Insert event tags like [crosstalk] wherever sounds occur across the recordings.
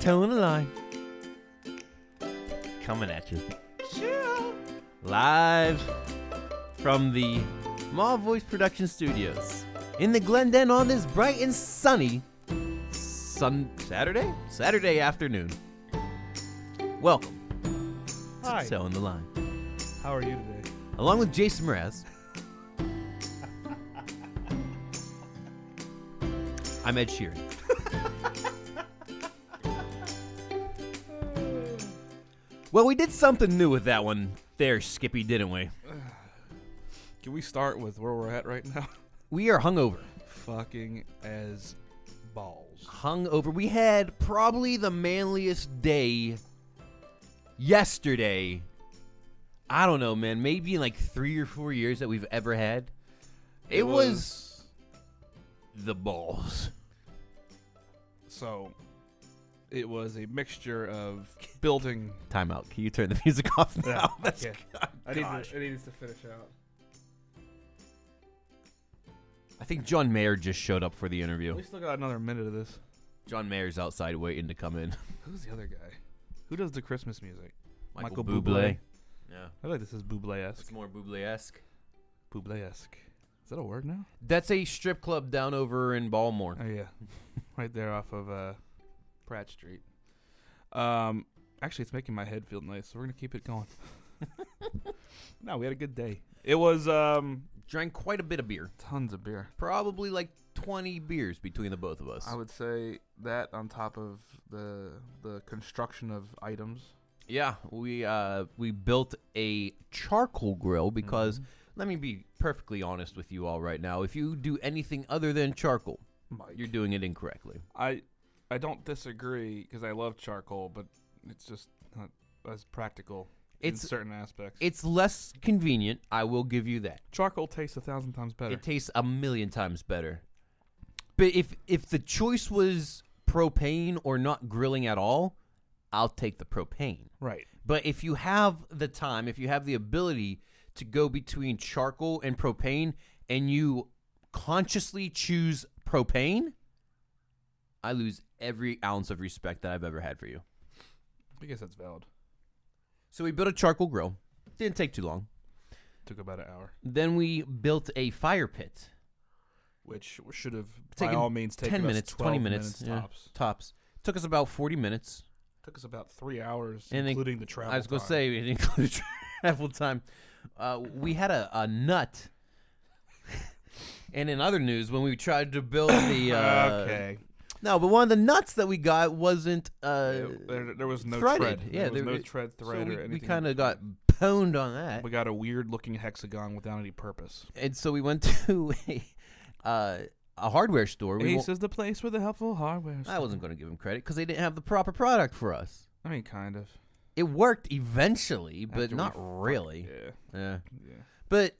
telling a lie. Coming at you. Live from the Mall Voice Production Studios in the Glendale on this bright and sunny sun Saturday? Saturday afternoon. Welcome Hi. to Telling the Line. How are you today? Along with Jason Mraz. I'm Ed Sheeran. Well, we did something new with that one there, Skippy, didn't we? Can we start with where we're at right now? [laughs] We are hungover. Fucking as balls. Hungover. We had probably the manliest day yesterday. I don't know, man. Maybe in like three or four years that we've ever had. It, was the balls. so. It was a mixture of building. Timeout. Can you turn the [laughs] music off Yeah, now? That's okay. [laughs] I need, to, I need this to finish out. I think John Mayer just showed up for the interview. We still got another minute of this. John Mayer's outside waiting to come in. [laughs] Who's the other guy? Who does the Christmas music? Michael, Michael Bublé. Bublé. Yeah, I like this is Bublé-esque. it's more Bublé-esque. Bublé-esque. Is that a word now? That's a strip club down over in Baltimore. Oh yeah, [laughs] right there off of uh, Pratt Street. Um, actually, it's making my head feel nice, so we're gonna keep it [laughs] going. no, we had a good day. It was um Drank quite a bit of beer. tons of beer. Probably like 20 beers between the both of us. I would say that on top of the the construction of items. yeah, we uh we built a charcoal grill because Mm-hmm. let me be perfectly honest with you all right now. If you do anything other than charcoal, Mike, you're doing it incorrectly. I I don't disagree because I love charcoal, but it's just not as practical It's- in certain aspects. It's less convenient, I will give you that. charcoal tastes a thousand times better. It tastes a million times better. But if if the choice was propane or not grilling at all, I'll take the propane. right. But if you have the time, if you have the ability to go between charcoal and propane and you consciously choose propane, I lose every ounce of respect that I've ever had for you. I guess that's valid. So we built a charcoal grill. Didn't take too long. Took about an hour. Then we built a fire pit. which should have by Taken all means taken 10 us minutes, 12 20 minutes, yeah. tops. Tops. Took us about 40 minutes. Took us about three hours, And it- including the travel. I was going gonna to say it included [laughs] travel time. Uh, we had a, a nut. [laughs] and in other news, when we tried to build the [coughs] uh, okay, no, but one of the nuts that we got wasn't Uh, uh, there, there was no threaded. thread. Yeah, there was there- no thread so thread we, or anything. we kind of got pwned on that, we got a weird looking hexagon without any purpose. and so we went [laughs] to a uh, a hardware store. We Ace won't- is the place with the helpful hardware. I wasn't gonna give them credit because they didn't have the proper product for us. I mean, kind of, It worked eventually, but After we not fuck- really. Yeah, Yeah. yeah. But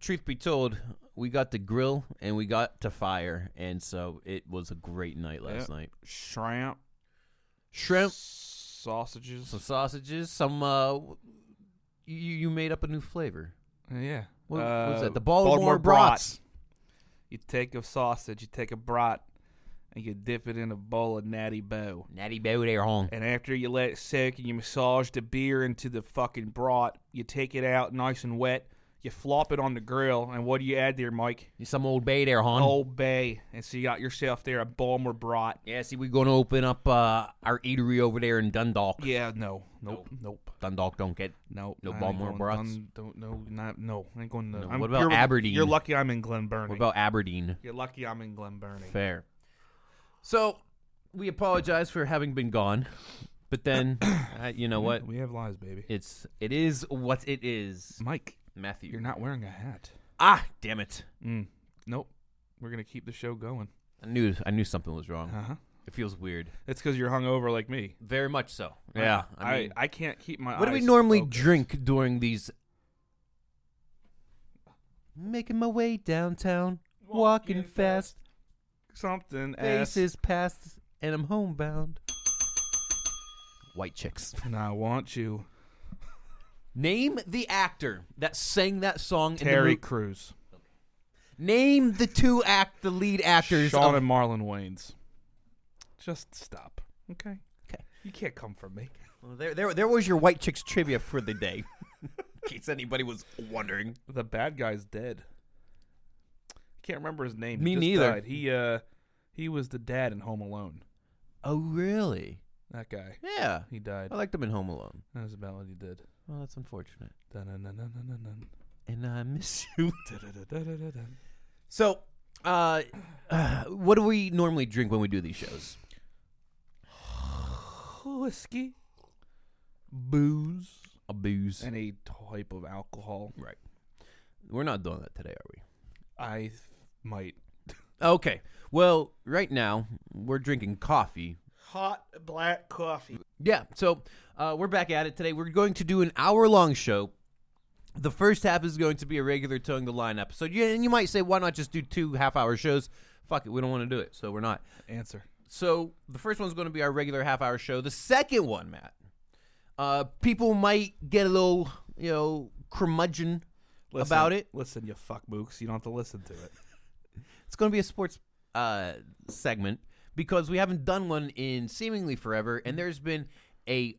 truth be told, we got to grill and we got to fire, and so it was a great night last night. Shrimp, Shrimp, sausages. some sausages, some. Uh, w- you you made up a new flavor. Uh, yeah. What uh, was that? The Baltimore, brats. You take a sausage, you take a brat, and you dip it in a bowl of Natty Bow. Natty Bow there, home. And after you let it soak and you massage the beer into the fucking brat, you take it out nice and wet. You flop it on the grill, and what do you add there, Mike? Some old bay there, hon. Old Bay. And so you got yourself there a Balmer brat. Yeah, see, we're going to open up uh, our eatery over there in Dundalk. Yeah, no, nope, nope, Dundalk don't get. nope. No I ain't Balmer going- brats? I'm- Don't no, not no. I ain't going to. No, I'm- what about you're- Aberdeen? You're lucky I'm in Glen What Burnie. about Aberdeen? You're lucky I'm in Glen Burnie. Fair. So, we apologize for having been gone, but then, [coughs] uh, you know what? We have lies, baby. It's it is what it is, Mike, Matthew. you're not wearing a hat. ah, damn it! Mm, nope. We're gonna keep the show going. I knew I knew something was wrong. Uh huh. It feels weird. It's because you're hungover like me. Very much so. Yeah. I I mean, I, can't keep my. what do we eyes normally focused. drink during these? Making my way downtown, walking fast, Something ass. faces past, and I'm homebound. White chicks. And I want you, Name the actor that sang that song. Terry In the Crews, mo- Name the two act the lead actors. Sean of- and Marlon Wayans. Just stop. Okay. Okay. You can't come from me. Well, there, there, there was your white chicks trivia for the day, [laughs] in case anybody was wondering. The bad guy's dead. I can't remember his name. He Me just neither. died. He uh, he was the dad in Home Alone. Oh, really? That guy. Yeah, He died. I liked them in Home Alone. That was about what he did. Well, that's unfortunate, Dun-dun-dun-dun-dun-dun. and I miss [laughs] you. Da-da-da-da-da-da-dun. So, uh, [sighs] uh, what do we normally drink when we do these shows? Whiskey, booze, A booze. any type of alcohol. Right. We're not doing that today, are we? I th- might Okay. Well, right now we're drinking coffee. Hot black coffee. Yeah. So uh, we're back at it today. We're going to do an hour-long show. The first half is going to be a regular towing the line episode. Yeah, and you might say, why not just do two half-hour shows? Fuck it, we don't want to do it, so we're not. answer. So the first one's going to be our regular half-hour show. The second one, Matt, uh, people might get a little, you know, curmudgeon Listen- about it. Listen, you fuck mooks. You don't have to listen to it. It's going to be a sports uh, segment because we haven't done one in seemingly forever, and there's been a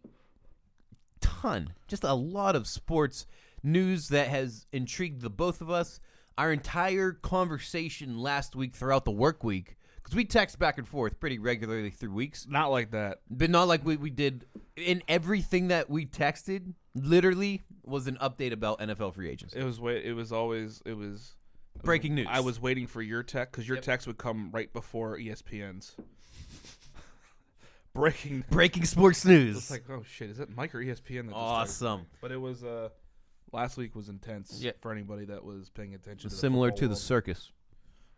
ton, just a lot of sports news that has intrigued the both of us. Our entire conversation last week throughout the work week, because we text back and forth pretty regularly through weeks, Not like that. but not like we, we did in everything that we texted, literally was an update about NFL free agency. It was. wa- It was always. It was um, Breaking news. I was waiting for your text because your text would come right before E ESPN's. [laughs] Breaking. breaking sports news. It's like, oh shit, is that Mike or ESPN? That just started? awesome. But it was. Uh, last week was intense Yeah. for anybody that was paying attention. To the Similar football to the world. circus.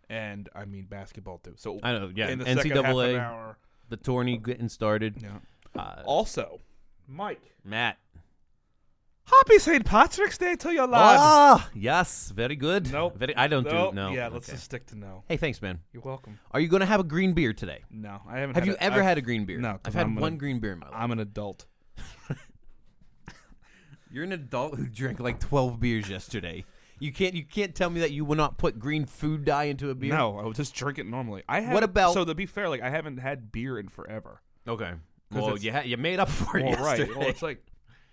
and I mean basketball too. So I know, yeah. in the second half of an NCAA, hour. the tourney getting started. Yeah. Uh, Also, Mike. Matt. Happy St. Patrick's Day to you, lad. Ah, yes, very good. Nope. Very, I don't Nope. do no. Yeah, let's okay. just stick to no. Hey, thanks, man. You're welcome. Are you going to have a green beer today? No, I haven't. Have had you it. ever I've- had a green beer? No, 'cause I've had I'm gonna- one green beer in my life. I'm an adult. You're an adult who drank like 12 beers yesterday. You can't you can't tell me that you will not put green food dye into a beer. No, I would just drink it normally. I have, What about- So to be fair, like I haven't had beer in forever. Okay. Well, it's- you ha- you made up for it [laughs] Well, yesterday. right. Well, it's like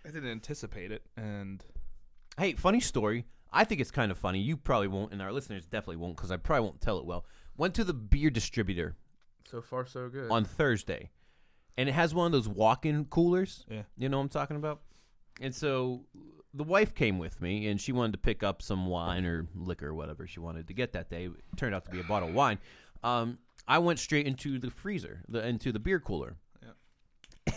I didn't anticipate it, and [laughs] Hey, funny story. I think it's kind of funny. You probably won't, and our listeners definitely won't, because I probably won't tell it well. Went to the beer distributor so far so good. on Thursday, and it has one of those walk-in coolers. Yeah. you know what I'm talking about. And so the wife came with me, and she wanted to pick up some wine or liquor, or whatever she wanted to get that day. It turned out to be a bottle of wine. Um, I went straight into the freezer, the, into the beer cooler,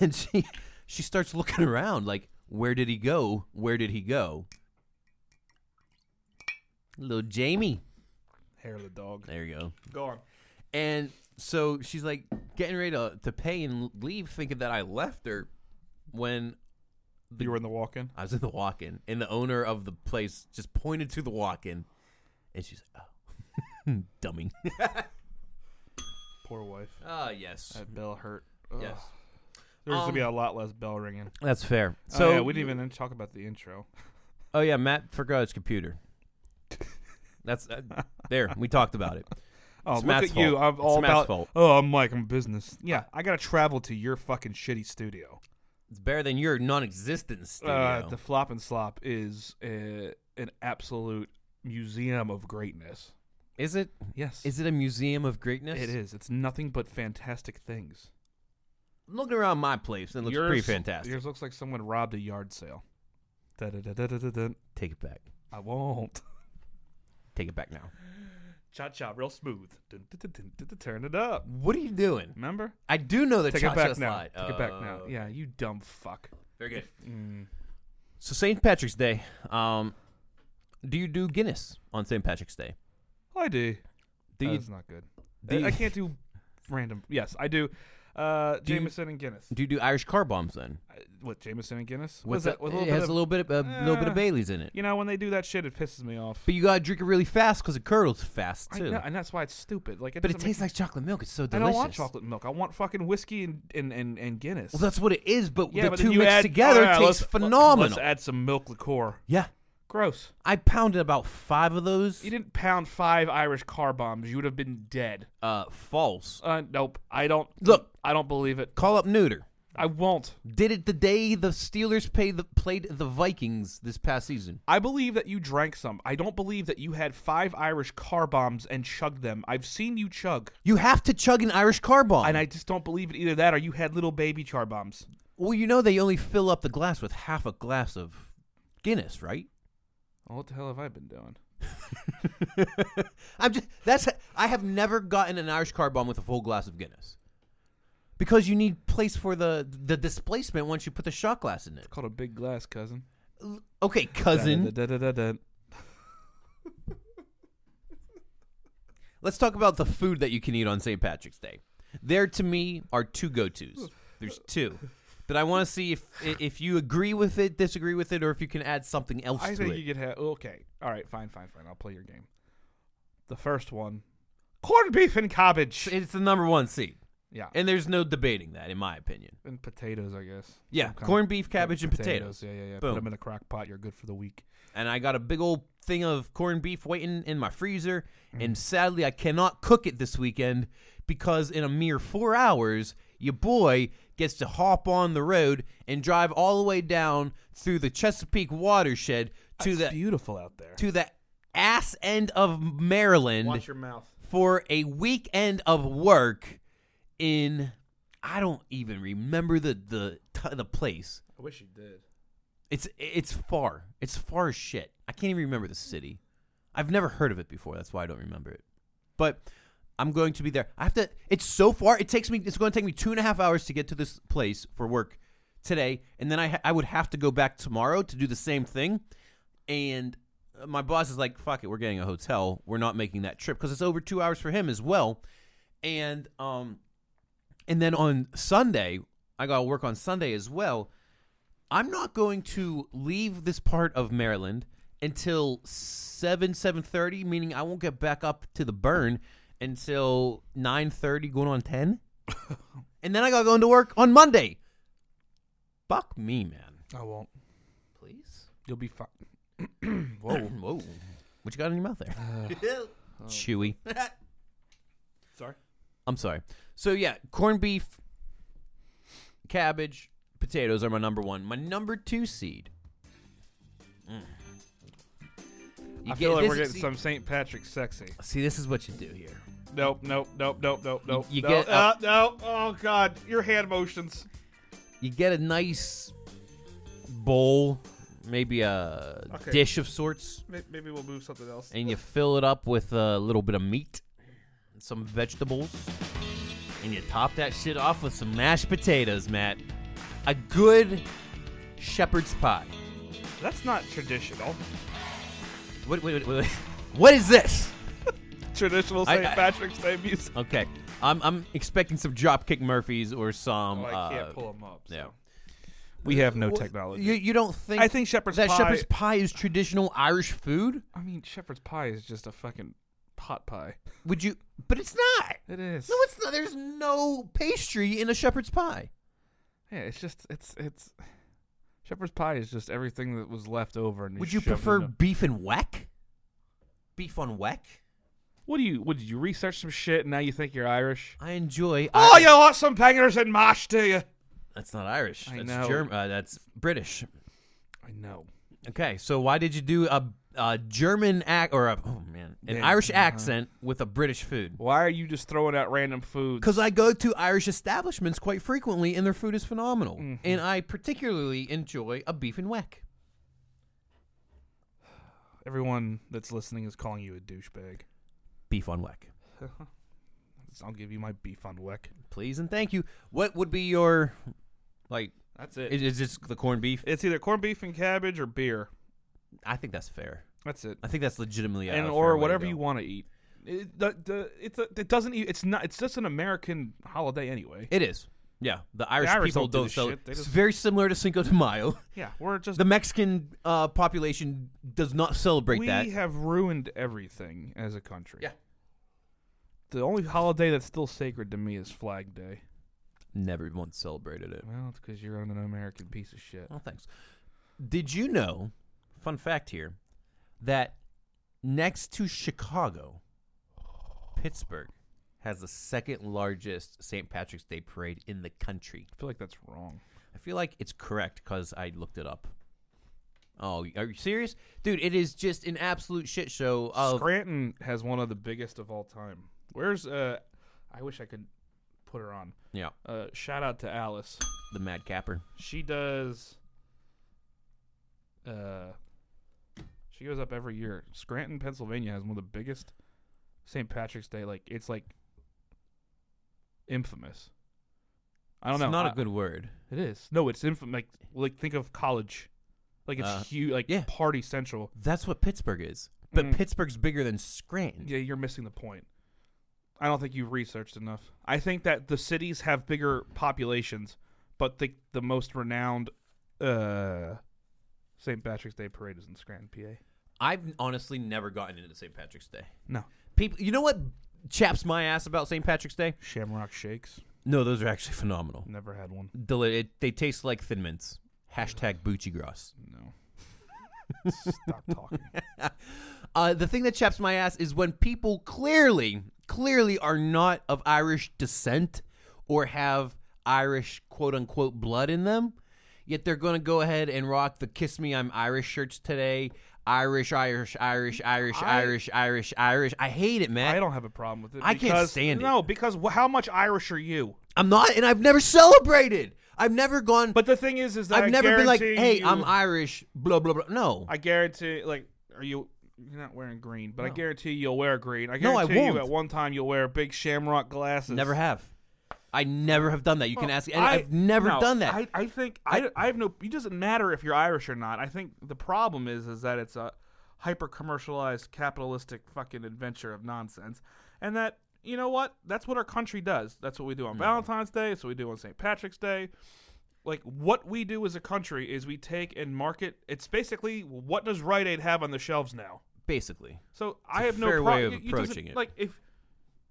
and she she starts looking around like, "Where did he go? Where did he go?" Little Jamie. Hair of the dog. There you go. Go on. And so she's like getting ready to, to pay and leave, thinking that I left her when You were in the walk-in. I was in the walk in. And the owner of the place just pointed to the walk in. And she's like, oh, [laughs] dummy. Poor wife. Ah, [laughs] yes. That bell hurt. Yes. Ugh. There's gonna be Um, a lot less bell ringing. That's fair. So Oh, yeah, we didn't even talk about the intro. Oh, yeah. Matt forgot his computer. [laughs] That's uh, there. We talked about it. Oh, It's look Matt's at you! fault. I'm all It's Matt's about. fault. Oh, I'm Mike. I'm business. Yeah, I gotta travel to your fucking shitty studio. It's better than your non existent studio. Uh, the Flop and Slop is uh an absolute museum of greatness. is it? Yes, Is it a museum of greatness? it is. It's nothing but fantastic things. I'm looking around my place and it looks Yours- pretty fantastic. Yours looks like someone robbed a yard sale. Da-da-da-da-da-da. Take it back. I won't. Take it back now. Cha cha, real smooth. Dun, dun, dun, dun, dun, Turn it up. What are you doing? Remember? I do know the Take cha cha it back now. slide. Take it back now. Oh, Yeah, you dumb fuck. Very good. Mm. So St. Patrick's Day. Um, do you do Guinness on St. Patrick's Day? I do. Do you That's not good. do Uh, I, you, I can't do random. Yes, I do. Uh, Do you- Jameson and Guinness. do you do Irish car bombs then? I- what Jameson and Guinness? With Was that the- with a little it bit has of, a little bit of a little bit of Uh, Bailey's in it, You know, when they do that shit, it pisses me off. but you gotta drink it really fast because it curdles fast I too. know, and that's why it's stupid. Like, it but it doesn't make- tastes like chocolate milk. It's so I delicious. don't want chocolate milk. I want fucking whiskey and and and, and Guinness. Well, that's what it is. But yeah, the but then two you mixed add, together oh, yeah, tastes let's- phenomenal. Let's add some milk liqueur. yeah, Gross. I pounded about five of those. You didn't pound five Irish car bombs. You would have been dead. Uh, false. Uh, nope. I don't Look, I I don't believe it. Call up Neuter. I won't. Did it the day the Steelers pay the, played the Vikings this past season. I believe that you drank some. I don't believe that you had five Irish car bombs and chugged them. I've seen you chug, You have to chug an Irish car bomb. and I just don't believe it either. That or you had little baby char bombs. well, you know they only fill up the glass with half a glass of Guinness, [laughs] right? Well, what the hell have I been doing? I'm just that's I have never gotten an Irish car bomb with a full glass of Guinness. Because you need place for the the displacement once you put the shot glass in it. Called a big glass, cousin. Okay, cousin. Da-da-da-da-da. Let's talk about the food that you can eat on St. Patrick's Day. There to me are two go-tos. There's two. But I want to see if if you agree with it, disagree with it, or if you can add something else I to think it. you could have. Okay. All right. Fine. Fine. Fine. I'll play your game. The first one, corned beef and cabbage. It's the number one seed, Yeah. and there's no debating that, in my opinion. And potatoes, I guess. Yeah, Some kind corned of- beef, cabbage, and potatoes. Yeah, yeah, yeah. Boom. Put them in a crock pot. You're good for the week. And I got a big old thing of corned beef waiting in my freezer, and sadly I cannot cook it this weekend because in a mere four hours, your boy gets to hop on the road and drive all the way down through the Chesapeake watershed to It's the beautiful out there. to the ass end of Maryland Watch your mouth. for a weekend of work in I don't even remember the the t- the place. I wish you did. It's it's far. It's far as shit. I can't even remember the city. I've never heard of it before. That's why I don't remember it. But I'm going to be there. I have to. It's so far. It takes me. It's going to take me two and a half hours to get to this place for work today, and then I ha- I would have to go back tomorrow to do the same thing. And uh, my boss is like, "Fuck it, we're getting a hotel. We're not making that trip because it's over two hours for him as well." And um, and then on Sunday, I got to work on Sunday as well. I'm not going to leave this part of Maryland until seven seven thirty, meaning I won't get back up to the burn until nine thirty, going on ten, and then I gotta go into work on Monday. Fuck me, man. I won't. Please. You'll be [clears throat] fine. Whoa. Oh, [clears throat] Whoa. What you got in your mouth there? [laughs] Chewy. Uh, [laughs] Sorry. I'm sorry. So yeah, corned beef, cabbage, potatoes are my number one. My number two seed. Mm. You I feel like this- we're getting see- some St. Patrick sexy. See, this is what you do here. Nope, nope, nope, nope, nope, nope. you no, get a- uh, no. Oh God, your hand motions. You get a nice bowl, maybe a Okay. dish of sorts, May- Maybe we'll move something else. and you fill it up with a little bit of meat, and some vegetables, and you top that shit off with some mashed potatoes, Matt. A good shepherd's pie. That's not [laughs] traditional. What, wait, wait, wait, [laughs] wait. what is this? Traditional I- St. I- Patrick's Day music. Okay, I'm, I'm expecting some dropkick Murphys or some. Oh, I can't uh, pull them up. So. yeah. We have no Well, technology. You, you don't think I think shepherd's that pie. shepherd's pie is traditional Irish food? I mean, shepherd's pie is just a fucking pot pie. Would you? But it's not. It is. No, it's not. There's no pastry in a shepherd's pie. yeah, it's just it's it's. Shepherd's pie is just everything that was left over. And Would you shoved in prefer a- beef and weck? Beef on weck? What do you? What did you research some shit and now you think you're Irish? I enjoy. Oh, Irish- you want some bangers and mash, do you? That's not Irish. I that's know. Germ- uh, that's British. I know. Okay, so why did you do a, a German act or a oh man an Yeah, Irish uh-huh. accent with a British food? Why are you just throwing out random foods? Because I go to Irish establishments quite frequently, and their food is phenomenal. Mm-hmm. And I particularly enjoy a beef and weck. everyone that's listening is calling you a douchebag. [laughs] Beef on weck, I'll give you my beef on Wick. please and thank you. What would be your like? That's it. Is, is this the corned beef? It's either corned beef and cabbage or beer. I think that's fair. That's it. I think that's legitimately a and fair or way to whatever go. you want to eat. It, the, the, it's a, it doesn't. e- It's not. It's just an American holiday anyway. It is. Yeah, the Irish, Irish people don't do don't this sell. shit. They It's just- very similar to Cinco de Mayo. [laughs] Yeah, we're just The Mexican uh, population does not celebrate we that. have ruined everything as a country. Yeah. The only holiday that's still sacred to me is Flag Day. Never once celebrated it. Well, it's because you're an American piece of shit. Well, thanks. Did you know, fun fact here, that next to Chicago, Pittsburgh has the second largest St. Patrick's Day parade in the country. I feel like that's wrong. I feel like it's correct because I looked it up. Oh, are you serious, dude? It is just an absolute shit show of Scranton has one of the biggest of all time. Where's uh? I wish I could put her on. yeah, Uh, shout out to Alice. the Mad Capper. She does. Uh, she goes up every year. Scranton, Pennsylvania has one of the biggest St. Patrick's Day. Like it's like infamous. I don't it's know. Not a a good word. It is. No, it's infamous. Like like think of college. Like it's Uh, huge. Like yeah. party central. That's what Pittsburgh is, but Mm. Pittsburgh's bigger than Scranton. Yeah, you're missing the point. I don't think you've researched enough. I think that the cities have bigger populations, but the the most renowned uh, St. Patrick's Day parade is in Scranton, PA. I've honestly never gotten into St. Patrick's Day. No, People, you know what chaps my ass about St. Patrick's Day? Shamrock Shakes. No, those are actually phenomenal. Never had one. Deli- it, they taste like Thin Mints. Hashtag Bucci Gross. [laughs] No. Stop talking. Uh, the thing that chaps my ass is when people clearly, clearly are not of Irish descent or have Irish quote unquote blood in them, yet they're going to go ahead and rock the Kiss Me I'm Irish shirts today. Irish, Irish, Irish, Irish, I- Irish, Irish, Irish. I hate it, man. I don't have a problem with it. I can't because- stand it. No, because wh- how much Irish are you? I'm not, and I've never celebrated. I've never gone. But the thing is, is that I've I never been like, guarantee "Hey, you- I'm Irish." Blah blah blah. No, I guarantee, like, are you? You're not wearing green, but I No. guarantee you'll wear green. I No, I guarantee won't. you at one time you'll wear big shamrock glasses. never have. I never have done that. You can Well, ask. I, have never Oh, no, done that. I, I think I, I have no. It doesn't matter if you're Irish or not. I think the problem is is that it's a hyper commercialized capitalistic fucking adventure of nonsense, and that you know what? That's what our country does. That's what we do Hmm. on Valentine's Day. That's what we do on St. Patrick's Day. Like what we do as a country is we take and market. It's basically what does Rite Aid have on the shelves now? Basically, So I a have no fair pro- way of you- you doesn't- approaching it. Like if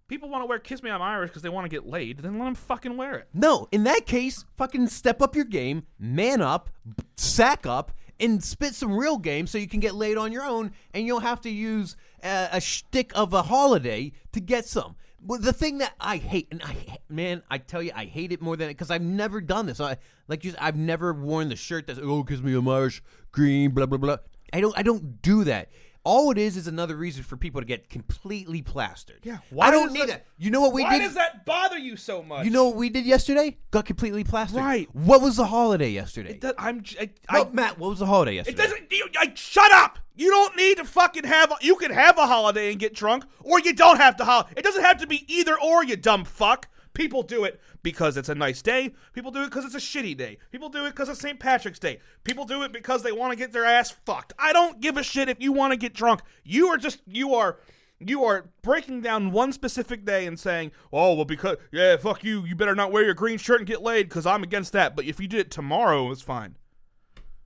people want to wear "Kiss Me, I'm Irish" because they want to get laid, then let them fucking wear it. no. In that case, fucking step up your game, man up, b- sack up, and spit some real game so you can get laid on your own, and you'll have to use a, a shtick of a holiday to get some. Well, the thing that I hate, and I ha- man, I tell you, I hate it more than because I've never done this. I like you, I've never worn the shirt that's oh, kiss me, I'm Irish, green, blah blah blah. I don't, I don't do that. All it is is another reason for people to get completely plastered. Yeah, I why don't does need that- that. You know what we Why did? does that bother you so much? You know what we did yesterday? Got completely plastic. Right. What was the holiday yesterday? that I'm. j- I, I- Oh, Matt, what was the holiday yesterday? it doesn't. You, I, shut up! You don't need to fucking have. You can have a holiday and get drunk, or you don't have to. Hol- it doesn't have to be either or. You dumb fuck. People do it because it's a nice day. People do it because it's a shitty day. People do it because it's St. Patrick's Day. People do it because they want to get their ass fucked. I don't give a shit if you want to get drunk. You are just. You are. You are breaking down one specific day and saying, "Oh well, because yeah, fuck you. You better not wear your green shirt and get laid, because I'm against that. But if you did it tomorrow, it's fine."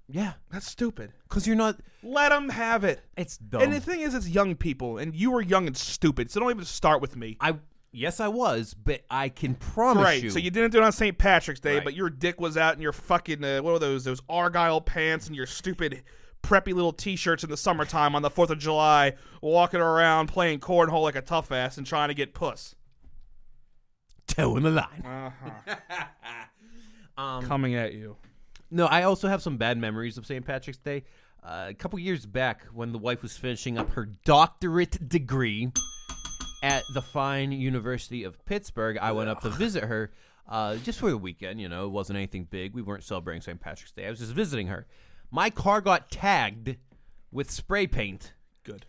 Yeah, That's stupid. because you're not. Let them have it. It's dumb. And the thing is, it's young people, and you were young and stupid, so don't even start with me. I yes, I was, but I can promise Right, you. so you didn't do it on St. Patrick's Day, Right. but your dick was out in your fucking uh, what were those those argyle pants and your stupid preppy little t-shirts in the summertime on the Fourth of July, walking around playing cornhole like a tough ass and trying to get puss. toe in the line. Um, Coming at you. No, I also have some bad memories of St. Patrick's Day. Uh, a couple years back, when the wife was finishing up her doctorate degree at the fine University of Pittsburgh, I went up to visit her uh, just for the weekend. You know, it wasn't anything big. We weren't celebrating St. Patrick's Day. I was just visiting her. My car got tagged with spray paint. Good.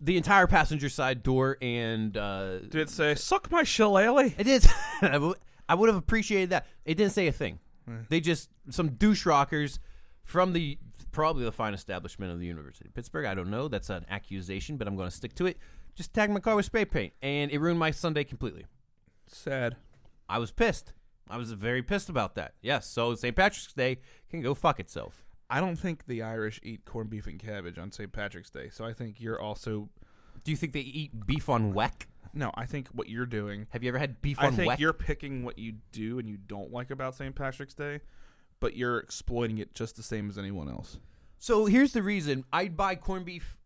The entire passenger side door and uh, Did it say suck my shillelagh? it did. [laughs] I wou- I would have appreciated that. It didn't say a thing. Hmm. They just some douche rockers from the probably the fine establishment of the University of Pittsburgh. I don't know. That's an accusation, but I'm going to stick to it. Just tagged my car with spray paint, and it ruined my Sunday completely. Sad. I was pissed. I was very pissed about that. Yes. So St. Patrick's Day can go fuck itself. I don't think the Irish eat corned beef and cabbage on St. Patrick's Day, so I think you're also Do you think they eat beef on weck? no. I think what you're doing Have you ever had beef I on think weck? you're picking what you do and you don't like about St. Patrick's Day, but you're exploiting it just the same as anyone else. So here's the reason I'd buy corned beef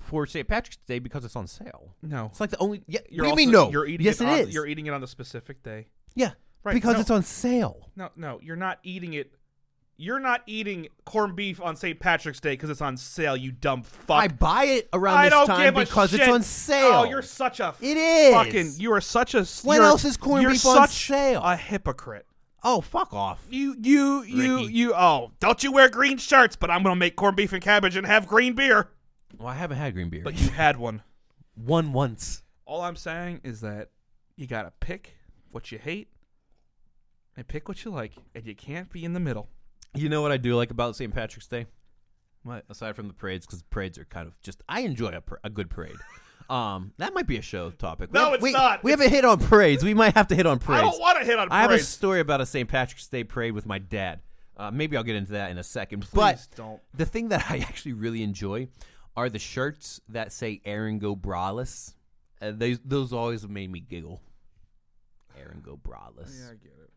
for St. Patrick's Day because it's on sale. No. It's like the only. Yeah, You're what do you mean also- no? You're eating yes, it it on, is. You're eating it on the specific day. yeah, Right, because no. it's on sale. No, no, you're not eating it. You're not eating corned beef on St. Patrick's Day because it's on sale. You dumb fuck. I buy it around I this don't time give a because it's shit. on sale. Oh, you're such a It is. fucking. You are such a. When you're- else is corned you're beef on such sale? A hypocrite. oh, fuck off. You, you, you, Ricky. you. Oh, don't you wear green shirts? But I'm gonna make corned beef and cabbage and have green beer. Well, I haven't had green beer. But you had one. [laughs] one once. All I'm saying is that you gotta pick what you hate and pick what you like, and you can't be in the middle. You know what I do like about St. Patrick's Day? What? Aside from the parades, because parades are kind of just, I enjoy a, par- a good [laughs] parade. Um, that might be a show topic. We No, have- it's we- not. We haven't hit on parades. We might have to hit on I parades. don't want to hit on I have a parades. story about a St. Patrick's Day parade with my dad. Uh, maybe I'll get into that in a second. Please but don't. the thing that [laughs] I actually really enjoy are the shirts that say "Aaron Go Braless." Uh, they, those always made me giggle. Aaron Go Braless. Yeah, I get it.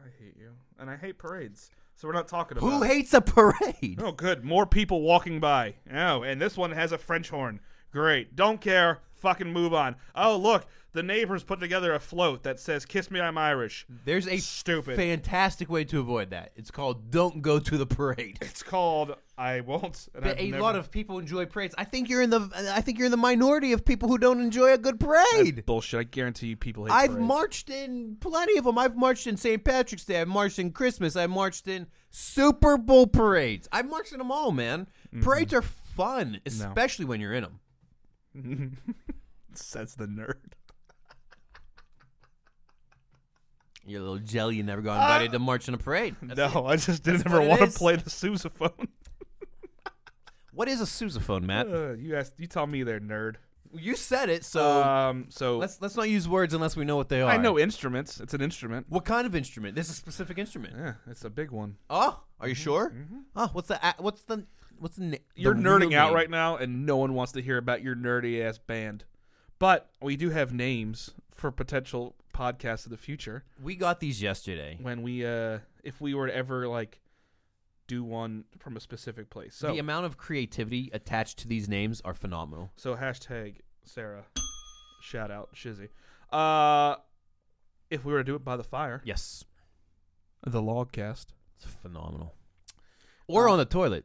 I hate you, and I hate parades. So we're not talking about. Who it. hates a parade? [laughs] Oh, good. More people walking by. Oh, and this one has a French horn. Great. Don't care. Fucking move on. Oh, look. The neighbors put together a float that says, Kiss me, I'm Irish. There's a Stupid. fantastic way to avoid that. It's called "Don't Go to the [laughs] Parade." It's called I Won't. And I've a never- lot of people enjoy parades. I think you're in the I think you're in the minority of people who don't enjoy a good That's parade. bullshit. I guarantee you people hate I've parades. marched in plenty of them. I've marched in St. Patrick's Day. I've marched in Christmas. I've marched in Super Bowl parades. I've marched in them all, man. Mm-hmm. Parades are fun, especially when you're in them. Says the nerd. You're a little jelly. You never got Ah. invited to march in a [laughs] parade. That's no, it. I just didn't ever what it want to is. play the sousaphone. [laughs] What is a sousaphone, Matt? Uh, you asked. You tell me there, nerd. You said it, so Um. So let's let's not use words unless we know what they are. I know instruments. It's an instrument. What kind of instrument? This is a specific instrument. Yeah, it's a big one. Oh, are you sure? Oh, what's the a- what's the what's the na- Mm-hmm. You're the real nerding out name? right now, and no one wants to hear about your nerdy ass band. But we do have names for potential podcasts of the future. We got these yesterday. When we, uh, if we were to ever like do one from a specific place, so the amount of creativity attached to these names are phenomenal. so hashtag Sarah, shout out Shizzy. Uh, if we were to do it by the fire, Yes, the Logcast, it's phenomenal. Um, Or on the toilet.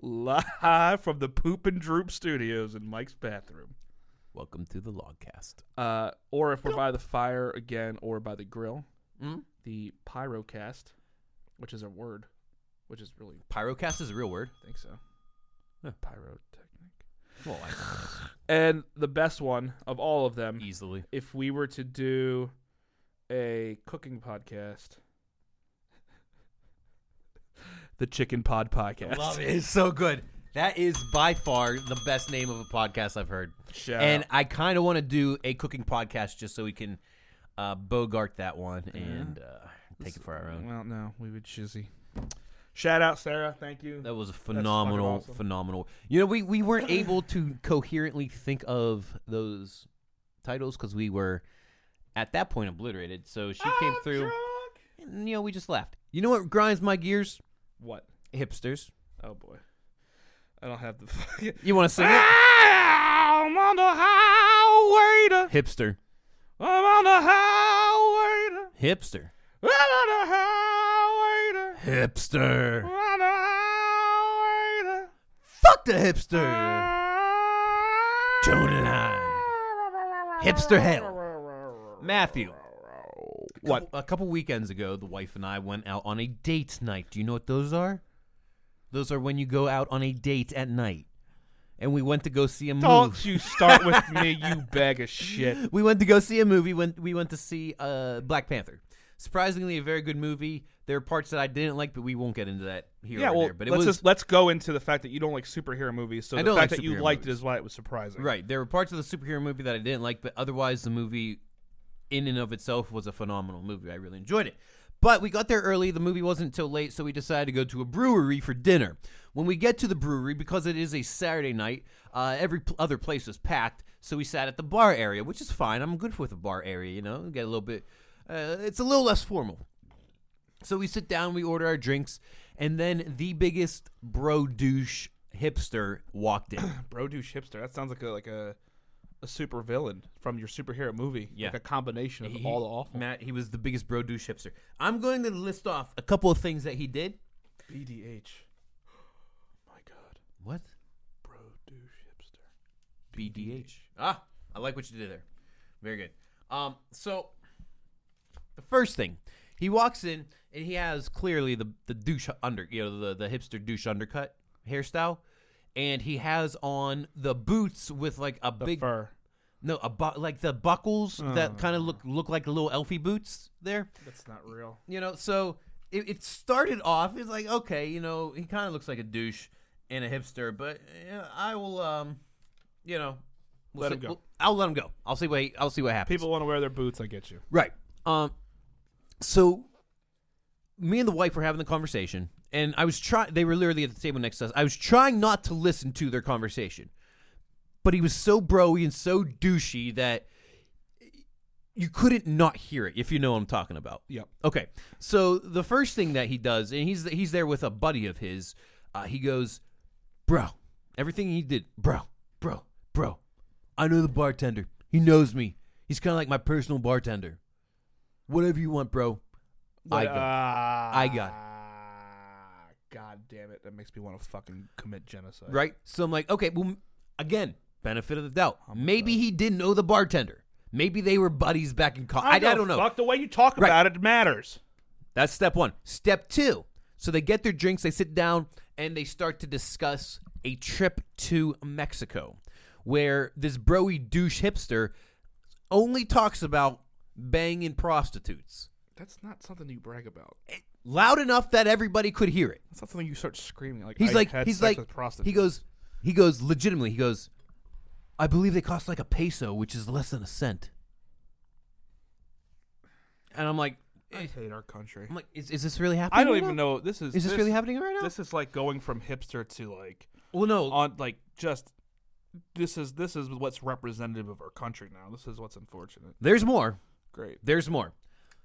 live from the Poop and Droop Studios in Mike's bathroom. Welcome to the Logcast. Uh, or if we're by the fire again, or by the grill. Mm? the pyrocast, which is a word, which is really Pyrocast is a real word. I think so. Huh. Pyrotechnic. Well, I And the best one of all of them, easily. if we were to do a cooking podcast, [laughs] the Chicken Pod Podcast. Love it. It's so good. That is by far the best name of a podcast I've heard. Shout and out. I kind of want to do a cooking podcast just so we can uh, bogart that one and uh, take it for our own. Well, no, we would shizzy. Shout out Sarah, thank you. That was a phenomenal, fucking awesome. phenomenal. You know, we, we weren't able to coherently think of those titles because we were at that point obliterated. So she came I'm through, drunk. and you know, we just laughed. You know what grinds my gears? What? Hipsters. Oh boy, I don't have the. [laughs] fucking- You want to sing it? Ah, I'm on the highway to Hipster. I'm on the highway. Hipster. to- I'm on the highway. to- Hipster. I'm on the highway. to- Fuck the hipster. Tune in line. Hipster hell. [laughs] Matthew. What? a couple weekends ago, the wife and I went out on a date night. Do you know what those are? Those are when you go out on a date at night. And we went to go see a movie. Don't you start with me, you bag of shit. We went to go see a movie. When we went to see uh, Black Panther. Surprisingly, a very good movie. There are parts that I didn't like, but we won't get into that here [laughs] Yeah, or well, there. But it let's was just let's go into the fact that you don't like superhero movies. So I the don't fact like that you superhero liked it movies. is why it was surprising. right. There were parts of the superhero movie that I didn't like, but otherwise, the movie, in and of itself, was a phenomenal movie. I really enjoyed it. But we got there early. The movie wasn't until late, so we decided to go to a brewery for dinner. When we get to the brewery, because it is a Saturday night, uh, every pl- other place was packed, so we sat at the bar area, which is fine. I'm good with a bar area, you know. Get a little bit. Uh, it's a little less formal. So we sit down, we order our drinks, and then the biggest bro douche hipster douche in. Bro douche hipster. That sounds like a like a a super villain from your superhero movie. Yeah. Like a combination of He- all the awful. Matt, he was the biggest bro douche hipster. I'm going to list off a couple of things that he did. BDH. [gasps] My God. What? Bro douche hipster. BDH. Ah, I like what you did there. Very good. Um, so the first thing, he walks in and he has clearly the the douche under, you know, the the hipster douche undercut hairstyle, and he has on the boots with like a The big fur. Uh. no, a bu- like the buckles that kind of look look like little elfie boots there. That's not real. You know, so it, it started off. It's like okay, you know, he kind of looks like a douche and a hipster, but eh, I will, um, you know, we'll Let see- him go. we'll- I'll let him go. I'll see what he- I'll see what happens. People want to wear their boots. I get you. right? Um, so me and the wife were having the conversation, and I was trying. They were literally at the table next to us. I was trying not to listen to their conversation, but he was so broy and so douchey that you couldn't not hear it if you know what I'm talking about. Yep. Okay, so the first thing that he does, and he's he's there with a buddy of his. Uh, he goes, "Bro, everything he did, bro, bro, bro. I know the bartender. He knows me. He's kind of like my personal bartender. Whatever you want, bro. I got. I got Ah, God damn it! That makes me want to fucking commit genocide. Right? So I'm like, okay, well, m- again, benefit of the doubt. Maybe he didn't know the bartender. Maybe they were buddies back in college. I, I don't know. Fuck the way you talk Right. about it matters. That's step one. Step two. So they get their drinks, they sit down, and they start to discuss a trip to Mexico, where this broy douche hipster only talks about banging prostitutes That's not something you brag about. loud enough that everybody could hear it. That's not something you start screaming like. He's I like, had he's sex like, with prostitutes. he goes, he goes, legitimately, he goes, I believe they cost like a peso, which is less than a cent. And I'm like, "Eh, I hate our country. I'm like, is, is this really happening? I don't right even now? know this is. Is this, really happening right now? This is like going from hipster to like well, no, on like just. This is this is what's representative of our country now. This is what's unfortunate. there's more. Great. There's more.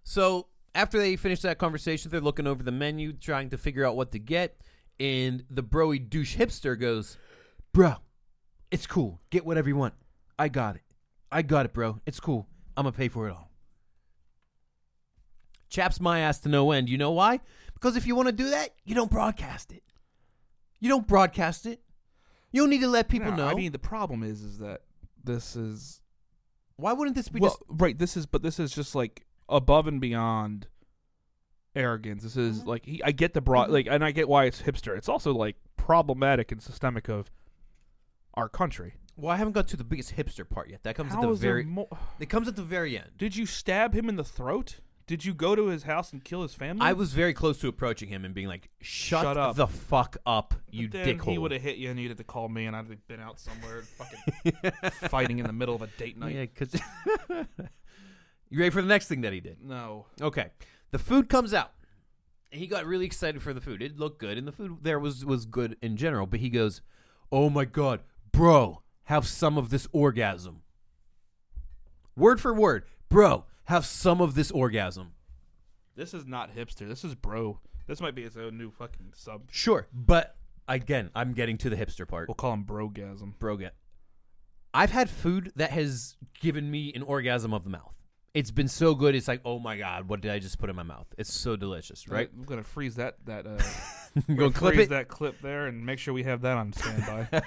So after they finish that conversation, they're looking over the menu, trying to figure out what to get, and the broy douche hipster goes, "Bro, it's cool. Get whatever you want. I got it. I got it, bro. It's cool. I'm gonna pay for it all." Chaps my ass to no end. You know why? Because if you want to do that, you don't broadcast it. You don't broadcast it. You don't need to let people No, know. I mean, the problem is, is that this is why wouldn't this be well, just right. This is, but this is just like above and beyond arrogance. This is like he, I get the broad, like, and I get why it's hipster. It's also like problematic and systemic of our country. Well, I haven't got to the biggest hipster part yet. That comes How at the is there very. mo- It comes at the very end. Did you stab him in the throat? Did you go to his house and kill his family? I was very close to approaching him and being like, "Shut, Mm-hmm. Shut up. the fuck up, you then dickhole!" He would have hit you, and you'd have to call me, and I'd have been out somewhere, fucking [laughs] fighting in the middle of a date night. yeah, because [laughs] you ready for the next thing that he did? No, Okay, the food comes out. And He got really excited for the food. It looked good, and the food there was was good in general. But he goes, "Oh my god, bro, have some of this orgasm." Word for word, bro, have some of this orgasm. this is not hipster. This is bro. This might be his own new fucking sub. Sure, but again, I'm getting to the hipster part. We'll call him brogasm. Broga. I've had food that has given me an orgasm of the mouth. It's been so good. It's like, oh my god, what did I just put in my mouth? It's so delicious, right? I'm gonna freeze that that uh, [laughs] You gonna clip freeze it. that clip there and make sure we have that on standby.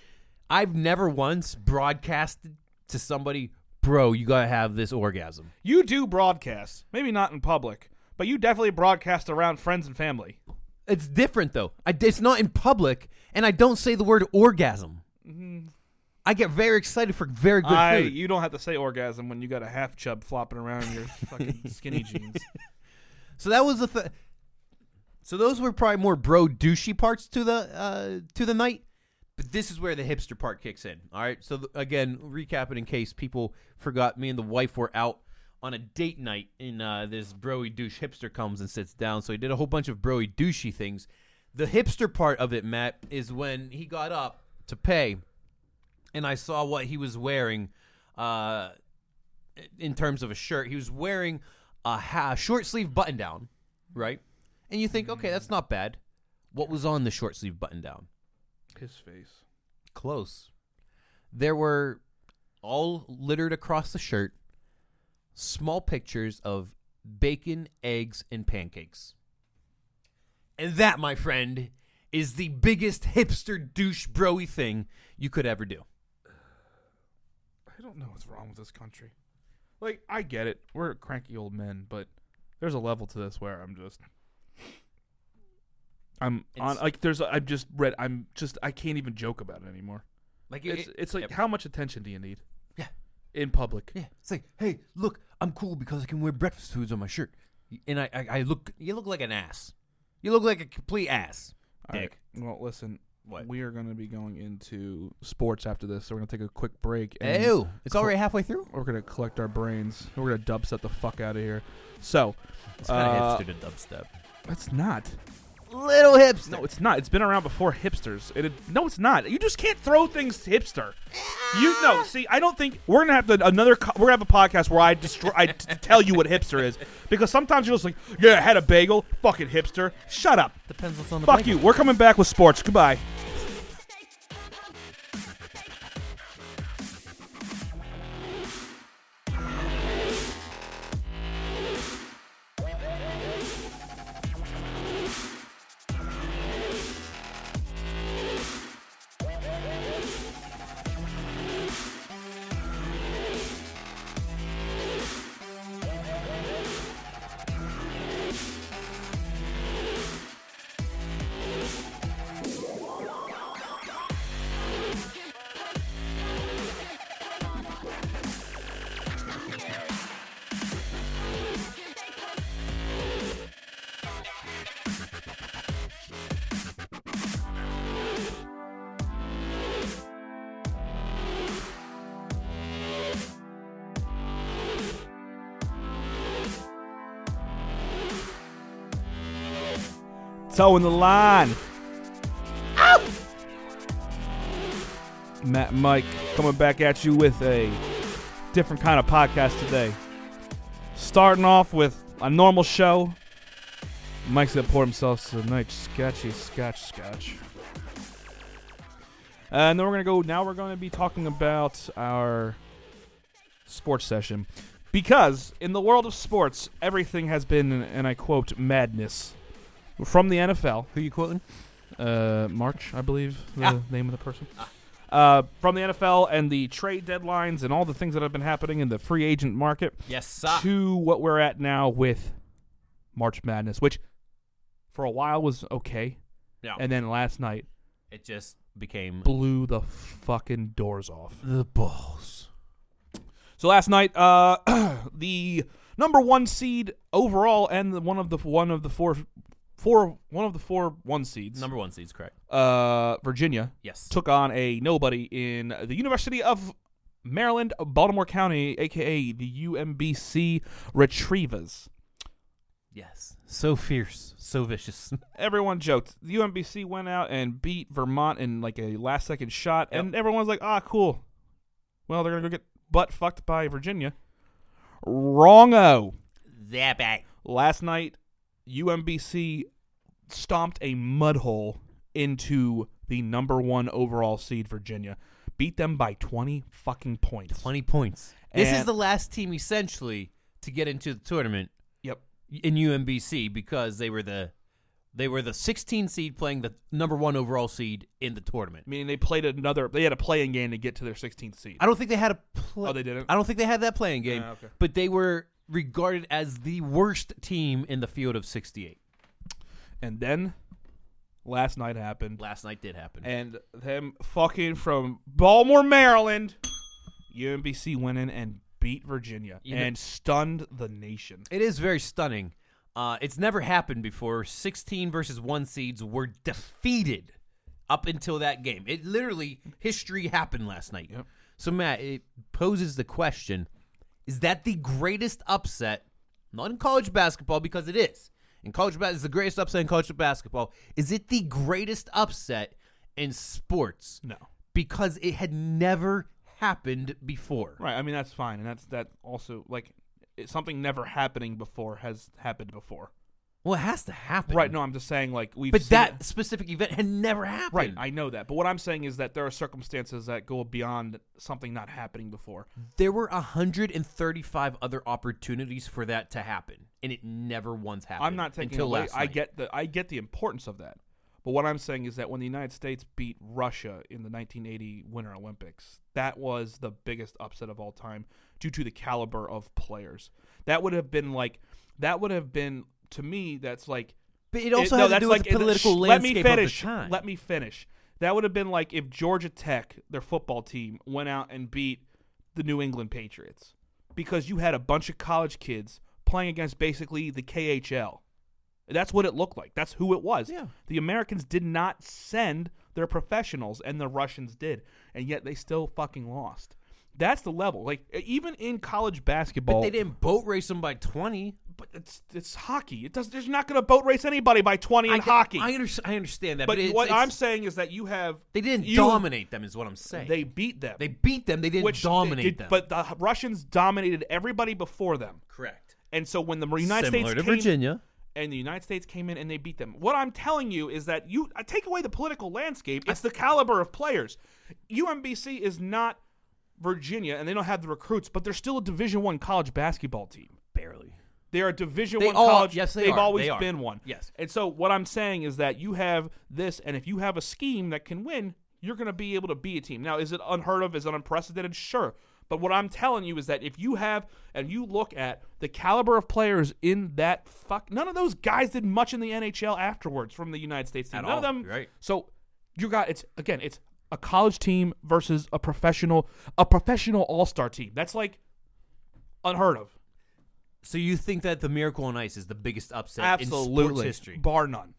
[laughs] I've never once broadcasted to somebody, bro, you gotta have this orgasm. you do broadcast, maybe not in public, but you definitely broadcast around friends and family. It's different though. I, it's not in public, and I don't say the word orgasm. I get very excited for very good Mm-hmm. [laughs] I food. you don't have to say orgasm when you got a half chub flopping around in your [laughs] fucking skinny jeans. So that was the. Th- so those were probably more bro douchey parts to the uh, to the night, but this is where the hipster part kicks in. All right. So th- again, recap it in case people forgot. Me and the wife were out on a date night, and uh, this broy douche hipster comes and sits down. So he did a whole bunch of broy douchey things. The hipster part of it, Matt, is when he got up to pay, and I saw what he was wearing. Uh, in terms of a shirt. He was wearing a, ha- short sleeve button down, right? And you think, okay, that's not bad. What was on the short sleeve button down? His face. Close. There were all littered across the shirt small pictures of bacon, eggs, and pancakes. And that, my friend, is the biggest hipster douche broy thing you could ever do. I don't know what's wrong with this country. Like, I get it. We're cranky old men, but there's a level to this where I'm just I'm on It's- like there's I'm just read I'm just I can't even joke about it anymore. Like it- It's it's like yep. how much attention do you need? Yeah. In public. Yeah, it's like, hey, look, I'm cool because I can wear breakfast foods on my shirt, and I, I, I look. You look like an ass. You look like a complete ass. All right. Dick. Well, listen. What? We are going to be going into sports after this, so we're going to take a quick break. And Ew, it's Col- already halfway through. We're going to collect our brains. We're going to dubstep the fuck out of here. So, It's kind of uh, hipster to dubstep. it's not. Little hipster. No, it's not. It's been around before hipsters. It, no, it's not. You just can't throw things hipster. You no. See, I don't think we're gonna have to another. co- We're gonna have a podcast where I destroy. I t- tell you what hipster is because sometimes you're just like, yeah, I had a bagel. Fucking hipster. Shut up. Depends what's on the Fuck you. We're coming back with sports. Goodbye. Toe in the line. Matt and Mike coming back at you with a different kind of podcast today. Starting off with a normal show. Mike's gonna pour himself some nice sketchy scotch scotch. Uh, and then we're gonna go. Now we're gonna be talking about our sports session because in the world of sports, everything has been, and I quote, madness from the NFL Who you quoting? uh, March, I believe, the Ah. name of the person. Uh, from the NFL and the trade deadlines and all the things that have been happening in the free agent market Yes, sir. to what we're at now with March Madness, which for a while was okay. Yeah. And then last night It just became blew the fucking doors off. the balls. So last night, uh, [clears throat] the number one seed overall and the one of the one of the four four one of the four one seeds, Number one seed's correct. uh, Virginia, Yes. took on a nobody in the University of Maryland, Baltimore County, aka the UMBC Retrievers. yes. So fierce, so vicious. [laughs] Everyone joked. The UMBC went out and beat Vermont in like a last second shot, and everyone's like, ah, cool. Well, they're going to go get butt fucked by Virginia. Wrong-o. that bad. Last night, UMBC stomped a mud hole into the number one overall seed, Virginia. Beat them by 20 fucking points. Twenty points. This is And- the last team essentially to get into the tournament Yep. in UMBC because they were the they were the 16 seed playing the number one overall seed in the tournament. Meaning they played another. They had a playing game to get to their 16th seed. I don't think they had a play. Oh, they didn't? I don't think they had that playing game. Ah, okay. But they were regarded as the worst team in the field of 68. And then last night happened, Last night did happen. and them fucking from Baltimore, Maryland, UMBC went in and beat Virginia You know- and stunned the nation. it is very stunning. Uh, it's never happened before. 16 versus one seeds were defeated up until that game. It literally history happened last night. Yep. So Matt, it poses the question: Is that the greatest upset? Not in college basketball because it is. In college basketball, is the greatest upset in college basketball. Is it the greatest upset in sports? No. Because it had never happened before. Right. I mean, that's fine, and that's that also like it, something never happening before has happened before. Well, it has to happen. Right. No, I'm just saying like we've. But seen- that specific event had never happened. Right, I know that. But what I'm saying is that there are circumstances that go beyond something not happening before. there were 135 other opportunities for that to happen, and it never once happened. I'm not taking until away. last I night. get the I get the importance of that. But what I'm saying is that when the United States beat Russia in the 1980 Winter Olympics, that was the biggest upset of all time due to the caliber of players. That would have been like that would have been to me that's like But it also no, has to that's do with like the political sh- landscape let me finish, of the time. Let me finish. That would have been like if Georgia Tech, their football team, went out and beat the New England Patriots because you had a bunch of college kids playing against basically the KHL. That's what it looked like. That's who it was. Yeah. The Americans did not send their professionals, and the Russians did, and yet they still fucking lost. That's the level. Like e, even in college basketball, But they didn't boat race them by 20. but it's it's hockey. It does. There's not going to boat race anybody by 20 in I, hockey. I, under- I understand that. But But, it's, what it's- I'm saying is that you have they didn't you- dominate them, is what I'm saying. They beat them. They beat them. They didn't which dominate it- them. But the Russians dominated everybody before them, correct. and so when the United Similar States to came, Virginia. and the United States came in and they beat them. What I'm telling you is that you I take away the political landscape. It's the caliber of players. UMBC is not Virginia, and they don't have the recruits, but they're still a Division One college basketball team. Barely. They are a Division They One are. college. Yes, they have are. always They are. been one. Yes. And so what I'm saying is that you have this, and if you have a scheme that can win, you're going to be able to be a team. Now, is it unheard of? Is it unprecedented? Sure. But what I'm telling you is that if you have and you look at the caliber of players in that fuck, none of those guys did much in the NHL afterwards from the United States team. At none of all, them. right. So you got it's again it's a college team versus a professional a professional all star team. That's like unheard of. So you think that the Miracle on Ice is the biggest upset in sports Absolutely, history? bar none.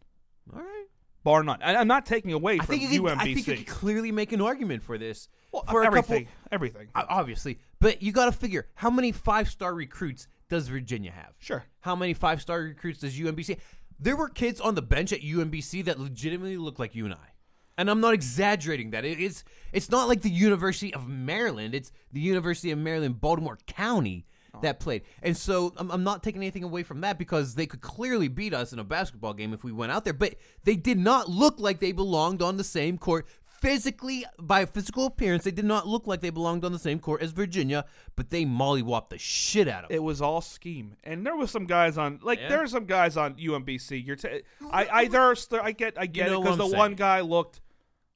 all right. bar none. And I'm not taking away I from think, you could, UMBC. I think you could clearly make an argument for this. Well, for a couple- everything, everything. O- obviously. But you got to figure how many five star recruits does Virginia have? Sure. How many five star recruits does UMBC? There were kids on the bench at UMBC that legitimately looked like you and I, and I'm not exaggerating that. It- It's it's not like the University of Maryland. It's the University of Maryland, Baltimore County. That played, and so I'm, I'm not taking anything away from that because they could clearly beat us in a basketball game if we went out there. But they did not look like they belonged on the same court physically by physical appearance. They did not look like they belonged on the same court as Virginia, but they mollywopped the shit out of them. It was all scheme, and there was some guys on like there are some guys on UMBC. You're, t- I, I there's there, I get, I get know it what because the I'm one saying. guy looked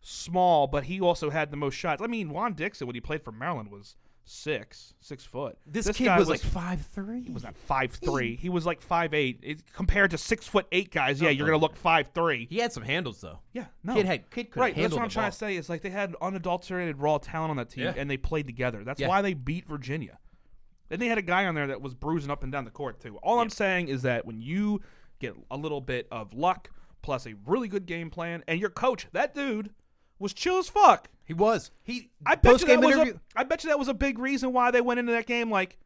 small, but he also had the most shots. I mean, Juan Dixon when he played for Maryland was six, six foot. This, kid guy was, like five three. was not five three. He was like five eight. It, compared to six foot eight guys, Uh-huh. yeah, you're gonna look five three. He had some handles though. Yeah, no. Kid had- kid could've Right, that's handled what I'm the trying ball. to say. Is like they had unadulterated raw talent on that team, Yeah. and they played together. That's Yeah. why they beat Virginia. And they had a guy on there that was bruising up and down the court too. All I'm saying is that when you get a little bit of luck plus a really good game plan, and your coach, that dude, was chill as fuck. He was. He I bet you that post-game was interview- a, I bet you that was a big reason why they went into that game like,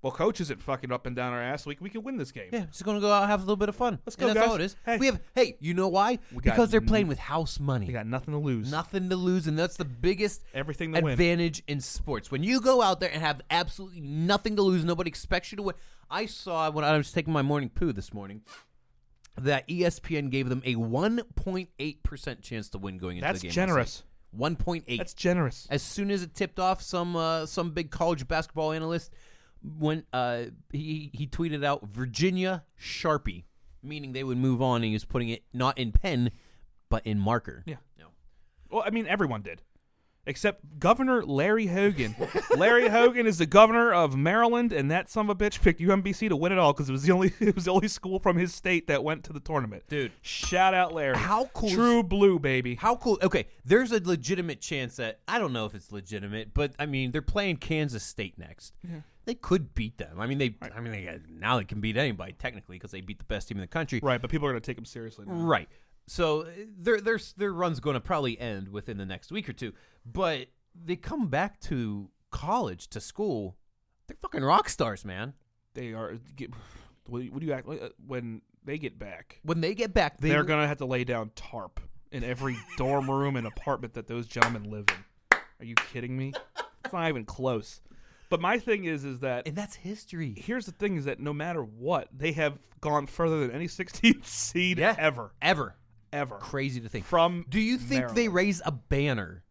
well, coach isn't fucking up and down our ass week. We can win this game. Yeah, just gonna go out and have a little bit of fun. Let's And go, that's guys. all it is. Hey. We have hey, you know why? got Because they're n- playing with house money. They got nothing to lose. Nothing to lose, and that's the biggest Everything to win. advantage in sports. When you go out there and have absolutely nothing to lose, nobody expects you to win. I saw when I was taking my morning poo this morning that E ESPN gave them a 1.8 percent chance to win going into That's the game. generous. 1.8. That's generous. As soon as it tipped off, some uh, some big college basketball analyst went. Uh, he he tweeted out Virginia Sharpie, meaning they would move on, and he was putting it not in pen, but in marker. Yeah. No. Well, I mean, everyone did, except Governor Larry Hogan. [laughs] Larry Hogan is the governor of Maryland, and that son of a bitch picked UMBC to win it all because it was the only [laughs] it was the only school from his state that went to the tournament. Dude. shout out Larry. How cool is- True blue, baby. How cool. Okay, there's a legitimate chance that I don't know if it's legitimate, but I mean they're playing Kansas State next. They could beat them. I mean they. I mean they got- now they can beat anybody technically because they beat the best team in the country. right, but people are gonna take him seriously. now. Right. So uh, their their their run's going to probably end within the next week or two, but they come back to college to school. They're fucking rock stars, man. They are. Get, what do you- what do you act like when they get back? When they get back, they They, are gonna have to lay down tarp in every dorm room and apartment that those gentlemen live in. Are you kidding me? It's not even close. But my thing is, is that and that's history. here's the thing: is that no matter what, they have gone further than any [laughs] 16th seed Yeah. ever, Ever ever. crazy to think. From Do you think they Maryland. raise a banner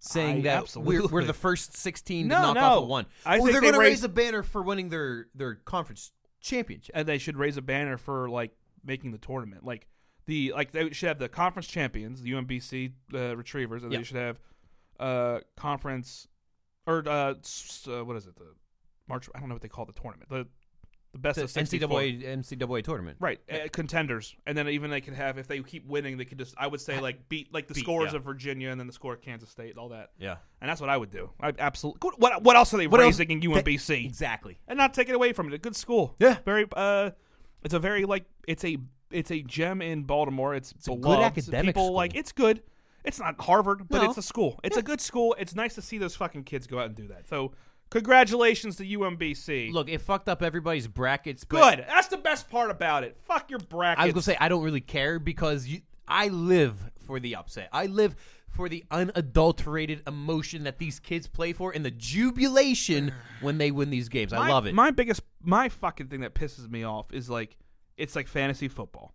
saying I- that we're, we're absolutely. the first 16 No, to knock no. off at one? I well, think they're they gonna raise- raise a banner for winning their their conference championship. and they should raise a banner for like making the tournament. Like the like they should have the conference champions, the UMBC uh, Retrievers, and Yeah. they should have uh conference or uh, s- uh what is it the March? I don't know what they call the tournament. The the best The of 64. NCAA NCAA tournament. Right, uh, contenders, and then even they could have if they keep winning, they could just I would say like beat like the Beat, scores yeah. of Virginia and then the score of Kansas State and all that, Yeah. and that's what I would do. I absolutely. What what else are they What else- raising in UMBC? Exactly. and not take it away from it. A good school. Yeah. Very uh it's a very like it's a it's a gem in Baltimore. It's, a good beloved. academic People school. like it's good. It's not Harvard, but No. it's a school. It's a good school. It's nice to see those fucking kids go out and do that. So congratulations to UMBC. Look, it fucked up everybody's brackets. But good. That's the best part about it. Fuck your brackets. I was gonna say I don't really care because you, I live for the upset. I live for the unadulterated emotion that these kids play for and the jubilation when they win these games. I my, love it. My biggest, my fucking thing that pisses me off is like, it's like fantasy football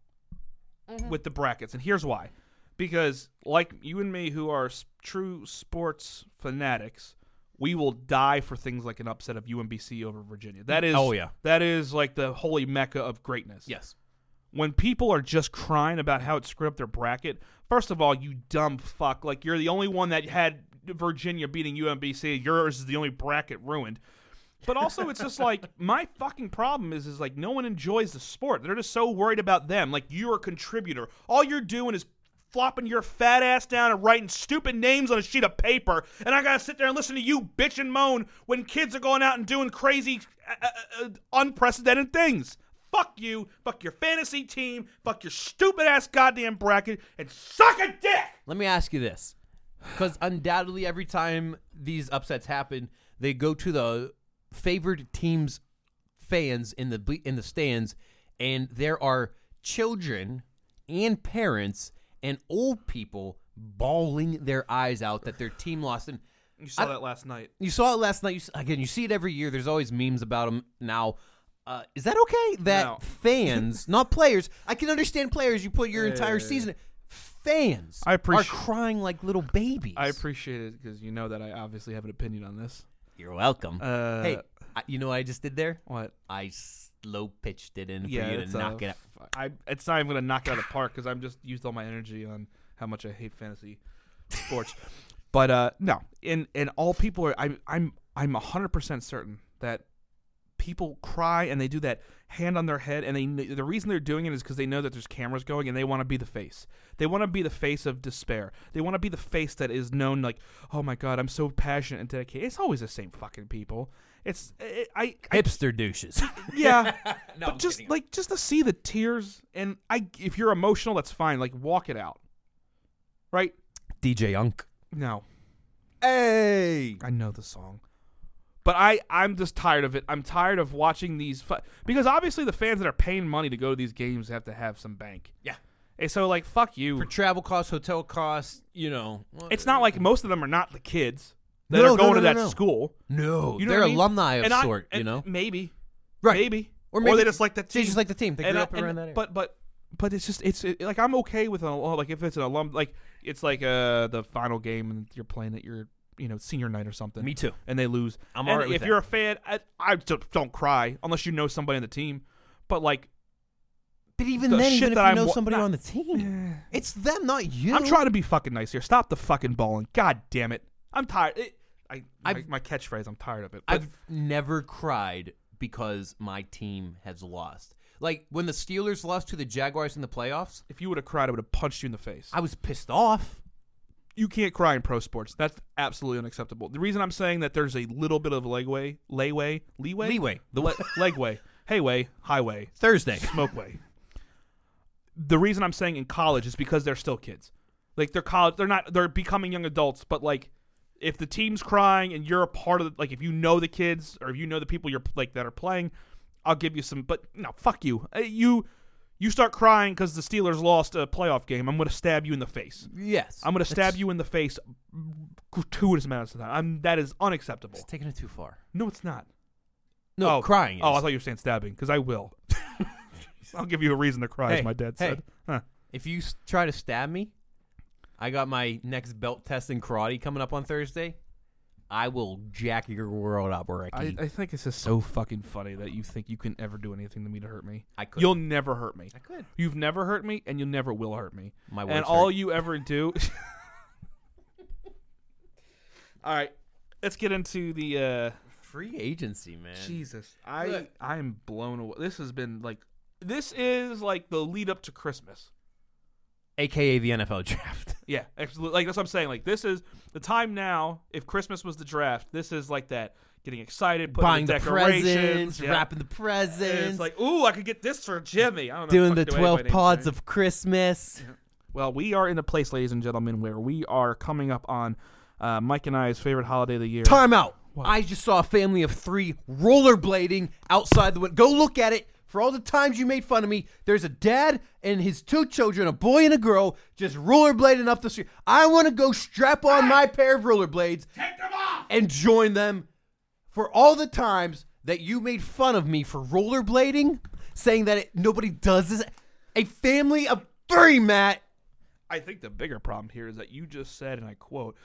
Mm-hmm. with the brackets, and here's why: because like you and me, who are s- true sports fanatics, we will die for things like an upset of UMBC over Virginia. That is, Oh, yeah. that is like the holy mecca of greatness yes. when people are just crying about how it screwed up their bracket, first of all, you dumb fuck. Like, you're the only one that had Virginia beating UMBC. Yours is the only bracket ruined. But also, it's just [laughs] like, my fucking problem is, is like, no one enjoys the sport. They're just so worried about them. Like, you're a contributor. All you're doing is flopping your fat ass down and writing stupid names on a sheet of paper. And I gotta sit there and listen to you bitch and moan when kids are going out and doing crazy, uh, uh, uh, unprecedented things. Fuck you. Fuck your fantasy team. Fuck your stupid ass goddamn bracket. And suck a dick. Let me ask you this. Because undoubtedly, every time these upsets happen, they go to the favored team's fans in the ble- in the stands, and there are children and parents and old people bawling their eyes out that their team lost. And You saw that last night. you saw it last night. You, s- again, you see it every year. There's always memes about them. Now, uh, is that okay? That No. [laughs] fans, not players. I can understand players. You put your entire season. Fans Eh. I appreciate- are crying like little babies. I appreciate it because you know that I obviously have an opinion on this. You're welcome. Uh, hey, I, you know what I just did there? What? I slow pitched it in Yeah, for you it's to knock a- [laughs] it out. I, it's not even gonna knock it out of the park because I'm just used all my energy on how much I hate fantasy sports. [laughs] but uh, no, and and all people are. I'm I'm I'm hundred percent certain that people cry and they do that hand on their head and they kn- the reason they're doing it is because they know that there's cameras going and they want to be the face they want to be the face of despair they want to be the face that is known like oh my god i'm so passionate and dedicated it's always the same fucking people it's it, i i Hipster [laughs] douches. yeah no, but I'm just kidding. like just to see the tears and I if you're emotional that's fine like walk it out. Right? DJ Unk. No. Hey. I know the song. But I I'm just tired of it. I'm tired of watching these fu- because obviously the fans that are paying money to go to these games have to have some bank. Yeah. And so like fuck you. For travel costs, hotel costs, you know. it's not like most of them are not the kids that No, no, are going no, to no, that no. school. no. You know they're what I mean? alumni of And I- sort, you and know. Maybe. Right. Maybe. Or maybe- they just like the They team. just like the team. They grew I- up around that area. But but but it's just it's it, like I'm okay with an alum, like if it's an alum like it's like uh the final game and you're playing at your you know senior night or something. Me too. And they lose. I'm And alright with If that. you're a fan, I, I just don't cry unless you know somebody on the team. But like But even the then, shit even if that you I'm know wa- somebody not- on the team, it's them, not you. I'm trying to be fucking nice here. Stop the fucking balling. God damn it. I'm tired. It, I my, I've- my catchphrase. I'm tired of it. But I've never cried because my team has lost. Like when the Steelers lost to the Jaguars in the playoffs, if you would have cried, I would have punched you in the face. I was pissed off. you can't cry in pro sports. That's absolutely unacceptable. The reason I'm saying that there's a little bit of legway, leeway, leeway, Leeway. the le- [laughs] legway, heyway, highway, Thursday. smokeway. the reason I'm saying in college is because they're still kids. Like they're college, they're not, they're becoming young adults. But like, if the team's crying and you're a part of, the, like, if you know the kids or if you know the people you're like that are playing, I'll give you some. But no, fuck you. Uh, You You start crying because the Steelers lost a playoff game. I'm going to stab you in the face. Yes. I'm going to stab That's- you in the face gratuitous amounts of time. I'm, that is unacceptable. It's taking it too far. No, it's not. No, oh, crying. Is. Oh, I thought you were saying stabbing because I will. [laughs] I'll give you a reason to cry, Hey, as my dad hey. said. Huh. if you s- try to stab me, I got my next belt test in karate coming up on Thursday. I will jack your world up, Ricky. I, I think it's just so fucking funny that you think you can ever do anything to me to hurt me. I couldn't. You'll never hurt me. I could. You've never hurt me, and you never will hurt me. My and words all hurt. you ever do. [laughs] all right, let's get into the. Uh, Free agency, man. Jesus, I Look. I am blown away. This has been like, this is like the lead up to Christmas. AKA the NFL draft. Yeah, absolutely. Like that's what I'm saying. Like this is the time now. If Christmas was the draft, this is like that. Getting excited, [laughs] putting Buying the the decorations, presents, yeah. wrapping the presents, It's like, ooh, I could get this for Jimmy. I don't know. doing Fuck, the do anybody 12 named pods Jimmy? of Christmas. Well, we are in a place, ladies and gentlemen, where we are coming up on uh, Mike and I's favorite holiday of the year. Time out. I just saw a family of three rollerblading outside the window. Go look at it. For all the times you made fun of me, there's a dad and his two children, a boy and a girl, just rollerblading up the street. I want to go strap on my pair of rollerblades and join them for all the times that you made fun of me for rollerblading, saying that it, nobody does this. A family of three, Matt. I think the bigger problem here is that you just said, and I quote,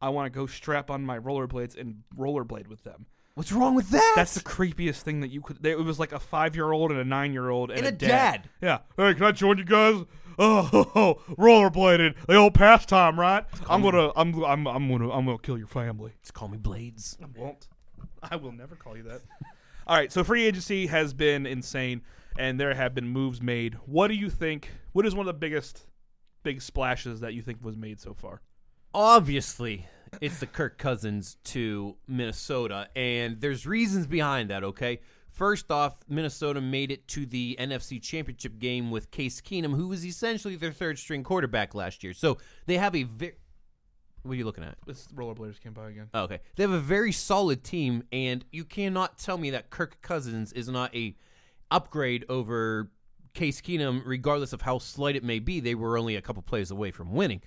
"I want to go strap on my rollerblades and rollerblade with them." What's wrong with that? That's the creepiest thing that you could. It was like a five-year-old and a nine-year-old and, And a dad. Yeah. Hey, can I join you guys? Oh, [laughs] ho, ho, rollerbladed, the old pastime, right? I'm gonna, I'm, I'm, I'm gonna, I'm gonna kill your family. Just call me Blades. I won't. I will never call you that. [laughs] All right. So free agency has been insane, and there have been moves made. What do you think? What is one of the biggest, big splashes that you think was made so far? obviously it's the Kirk Cousins to Minnesota, and there's reasons behind that, okay? First off, Minnesota made it to the NFC Championship game with Case Keenum, who was essentially their third string quarterback last year. So they have a very. What are you looking at? This rollerbladers came by again. Oh, okay. They have a very solid team, and you cannot tell me that Kirk Cousins is not a upgrade over Case Keenum, regardless of how slight it may be. They were only a couple plays away from winning.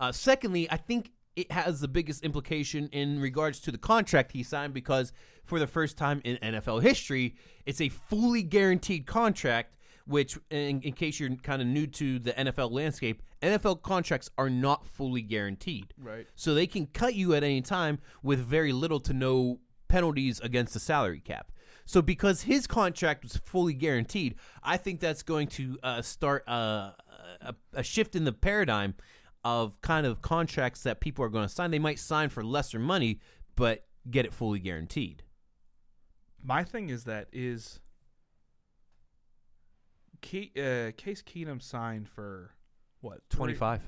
Uh, secondly, I think it has the biggest implication in regards to the contract he signed because for the first time in NFL history, it's a fully guaranteed contract which in, in case you're kind of new to the NFL landscape, NFL contracts are not fully guaranteed. Right. So they can cut you at any time with very little to no penalties against the salary cap. So because his contract was fully guaranteed, I think that's going to uh, start uh, a, a shift in the paradigm of kind of contracts that people are going to sign. They might sign for lesser money, but get it fully guaranteed. My thing is that is Ke- uh, Case Keenum signed for what three- 25.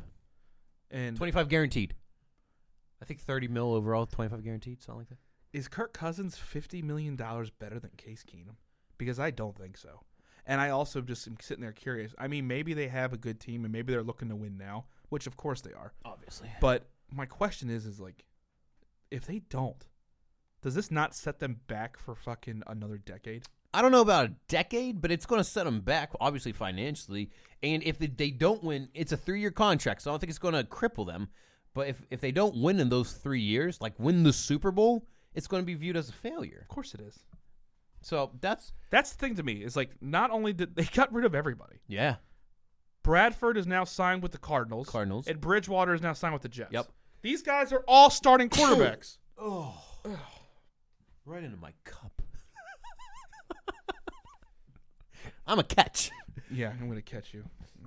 and 25 guaranteed. I think 30 mil overall, 25 guaranteed, something like that. is Kirk Cousins fifty million dollars better than Case Keenum? Because I don't think so. And I also just am sitting there curious. I mean, maybe they have a good team and maybe they're looking to win now, which of course they are. Obviously. But my question is, is like, if they don't, does this not set them back for fucking another decade? I don't know about a decade, but it's going to set them back, obviously financially. And if they- they don't win, it's a three-year contract, so I don't think it's going to cripple them. But if if they don't win in those three years, like win the Super Bowl, it's going to be viewed as a failure. Of course it is. So that's That's the thing to me is like, not only did they [laughs] got rid of everybody, yeah, Bradford is now signed with the Cardinals. Cardinals. And Bridgewater is now signed with the Jets. Yep. These guys are all starting quarterbacks. right into my cup. [laughs] I'm a catch. [coughs] yeah, I'm gonna catch you.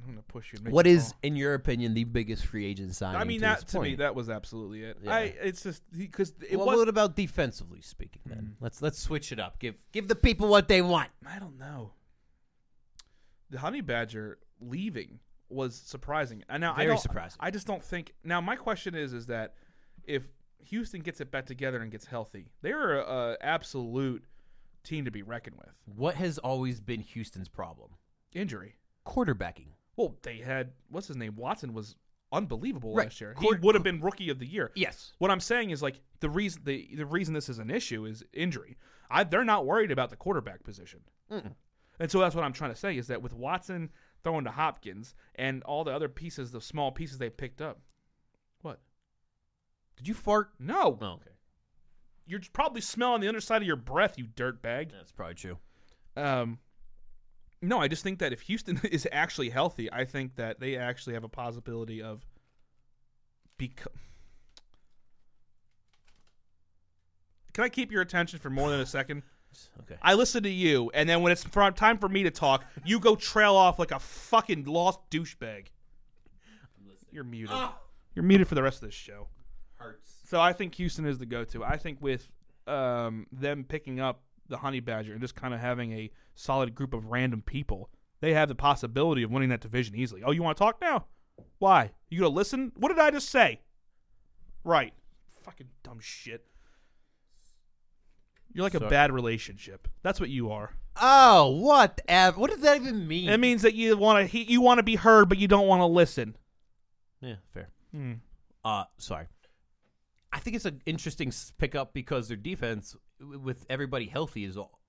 I'm gonna push you. and make What you is, fall. in your opinion, the biggest free agent signing? I mean, to that this to me, point? that was absolutely it. Yeah. I. It's just because it well, was. Mm. what about defensively speaking? Then let's let's switch it up. Give give the people what they want. I don't know. The honey badger leaving was surprising. And now I Very don't, surprising. I just don't think. Now my question is, is that if Houston gets it back together and gets healthy, they're a, a absolute team to be reckoned with. What has always been Houston's problem? Injury. Quarterbacking. Well, they had what's his name Watson was unbelievable Right. last year. He Court- would have been rookie of the year. Yes. What I'm saying is like the reason the the reason this is an issue is injury. I, they're not worried about the quarterback position, and so that's what I'm trying to say is that with Watson throwing to Hopkins and all the other pieces, the small pieces they picked up. What? Did you fart? No, Oh, okay. you're probably smelling the underside of your breath, you dirtbag. That's probably true. Um, no, I just think that if Houston [laughs] is actually healthy, I think that they actually have a possibility of become. Can I keep your attention for more than a second? Okay. I listen to you, and then when it's fr- time for me to talk, you go trail off like a fucking lost douchebag. You're muted. Ah. You're muted for the rest of this show. Hurts. So I think Houston is the go-to. I think with um, them picking up the Honey Badger and just kind of having a solid group of random people, they have the possibility of winning that division easily. Oh, you want to talk now? Why? You gonna listen? What did I just say? Right. Fucking dumb shit. You're like a Sorry. bad relationship. That's what you are. Oh, what? the Av- what does that even mean? It means that you want to you want to be heard, but you don't want to listen. yeah, fair. Uh, sorry. I think it's an interesting s- pickup because their defense, w- with everybody healthy, is all-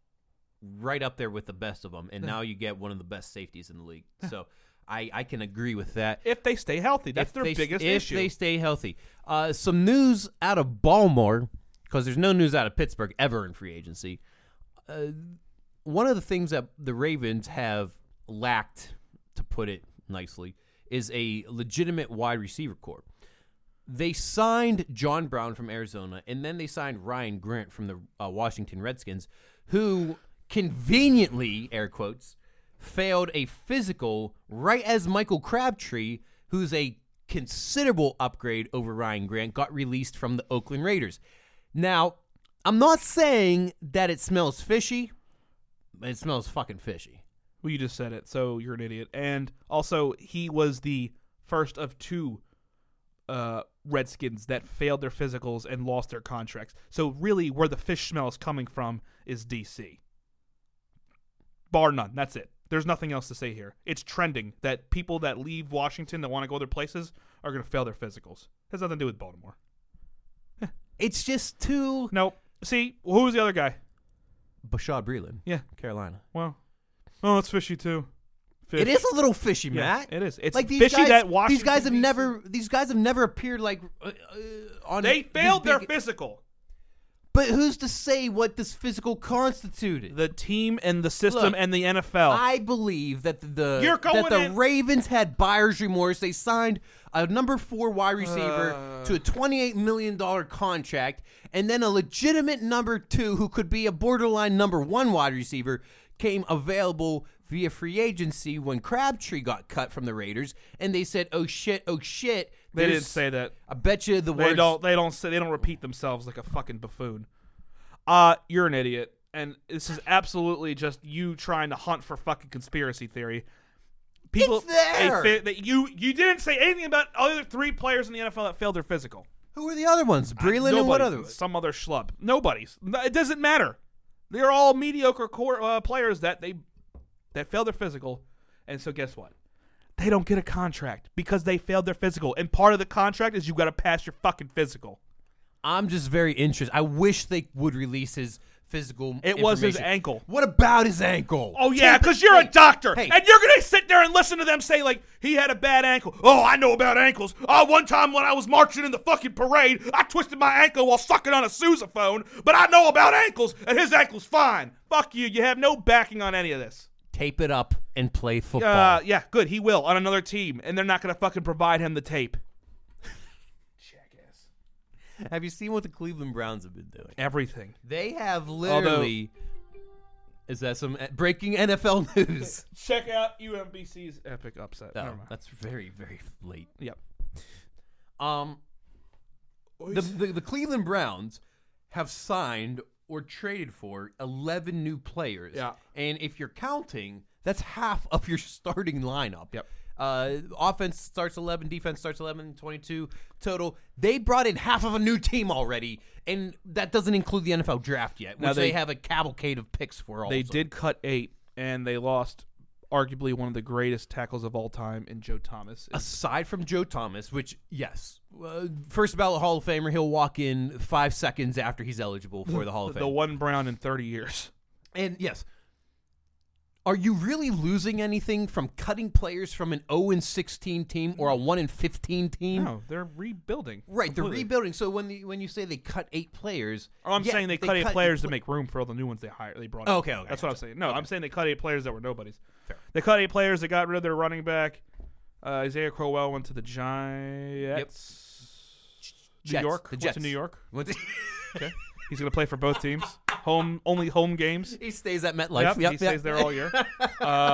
right up there with the best of them, and now you get one of the best safeties in the league. So I, I can agree with that. If they stay healthy, that's if their they, biggest if issue. they stay healthy. Uh, some news out of Baltimore because there's no news out of Pittsburgh ever in free agency. Uh, one of the things that the Ravens have lacked, to put it nicely, is a legitimate wide receiver core. They signed John Brown from Arizona, and then they signed Ryan Grant from the uh, Washington Redskins, who conveniently, air quotes, failed a physical right as Michael Crabtree, who's a considerable upgrade over Ryan Grant, got released from the Oakland Raiders. Now, I'm not saying that it smells fishy. It smells fucking fishy. Well, you just said it, so you're an idiot. And also, he was the first of two uh, Redskins that failed their physicals and lost their contracts. So really, where the fish smell is coming from is DC, bar none. That's it. There's nothing else to say here. It's trending that people that leave Washington that want to go other places are going to fail their physicals. Has nothing to do with Baltimore. It's just too Nope. See, who was the other guy? Bashad Breeland, Yeah. Carolina. Well, oh, it's fishy too. Fish. It is a little fishy, Yeah, Matt. it is. It's like these fishy guys, that Washington. these guys have DC never these guys have never appeared like uh, uh, on They these failed their big- physical. But who's to say what this physical constituted? The team and the system Look, and the NFL. I believe that the You're that going the in- Ravens had buyer's remorse. They signed a number four wide receiver Uh. to a twenty-eight million dollar contract, and then a legitimate number two who could be a borderline number one wide receiver came available via free agency when Crabtree got cut from the Raiders, and they said, "Oh shit! Oh shit!" they didn't There's- say that. I bet you the They words. don't. They don't. Say, they don't repeat themselves like a fucking buffoon. Uh, you're an idiot, and this is absolutely just you trying to hunt for fucking conspiracy theory. People, It's there! they fa- that you you didn't say anything about other three players in the NFL that failed their physical. Who were the other ones? Breland and what Nobody. other ones? Some other schlub. Nobody's. No, It doesn't matter. They're all mediocre core uh, players that they that failed their physical, and so guess what? They don't get a contract because they failed their physical. And part of the contract is you got to pass your fucking physical. I'm just very interested. I wish they would release his physical. It was his information. ankle. What about his ankle? Oh yeah, because you're a doctor, hey. and you're gonna sit there and listen to them say like he had a bad ankle. Oh, I know about ankles. Oh, one time when I was marching in the fucking parade, I twisted my ankle while sucking on a sousaphone. But I know about ankles, and his ankle's fine. Fuck you. You have no backing on any of this. tape it up and play football. Uh, yeah, good. He will on another team, and they're not gonna fucking provide him the [laughs] tape. have you seen what the Cleveland Browns have been doing? Everything. They have literally. is that some eh, breaking NFL news? Check out UMBC's epic upset. No, Never mind. that's very very late. Yep. Um, the, the the Cleveland Browns have signed or traded for eleven new players. Yeah. and if you're counting, that's half of your [laughs] starting lineup. Yep. Uh, offense starts 11, defense starts 11, 22 total. They brought in half of a new team already, and that doesn't include the NFL draft yet, which Now they, they- have a cavalcade of picks for all. They did cut eight, and they lost arguably one of the greatest tackles of all time in Joe Thomas. aside from Joe Thomas, which yes, uh, first ballot Hall of Famer, he'll walk in five seconds [laughs] after he's eligible for the Hall of the Fame. one Brown in 30 years. and yes, Are you really losing anything from cutting players from an 0 and 16 team or a 1 and 15 team? No, they're rebuilding. Right, they're completely. rebuilding. So when the, when you say they cut eight players, Oh, I'm yeah, saying they, cut eight players to make room for all the new ones they hired. They brought. in. Okay, okay, That's what I'm saying. No, I'm saying they cut eight players that were nobodies. They cut eight players. They got rid of their running back. Uh, Isaiah Crowell went to the Giants. Jets, New York. the Went Jets. to New York. [laughs] What- Okay. He's gonna play for both teams. Home only home games. he stays at MetLife. Yep, yep, he yep. stays there all [laughs] year.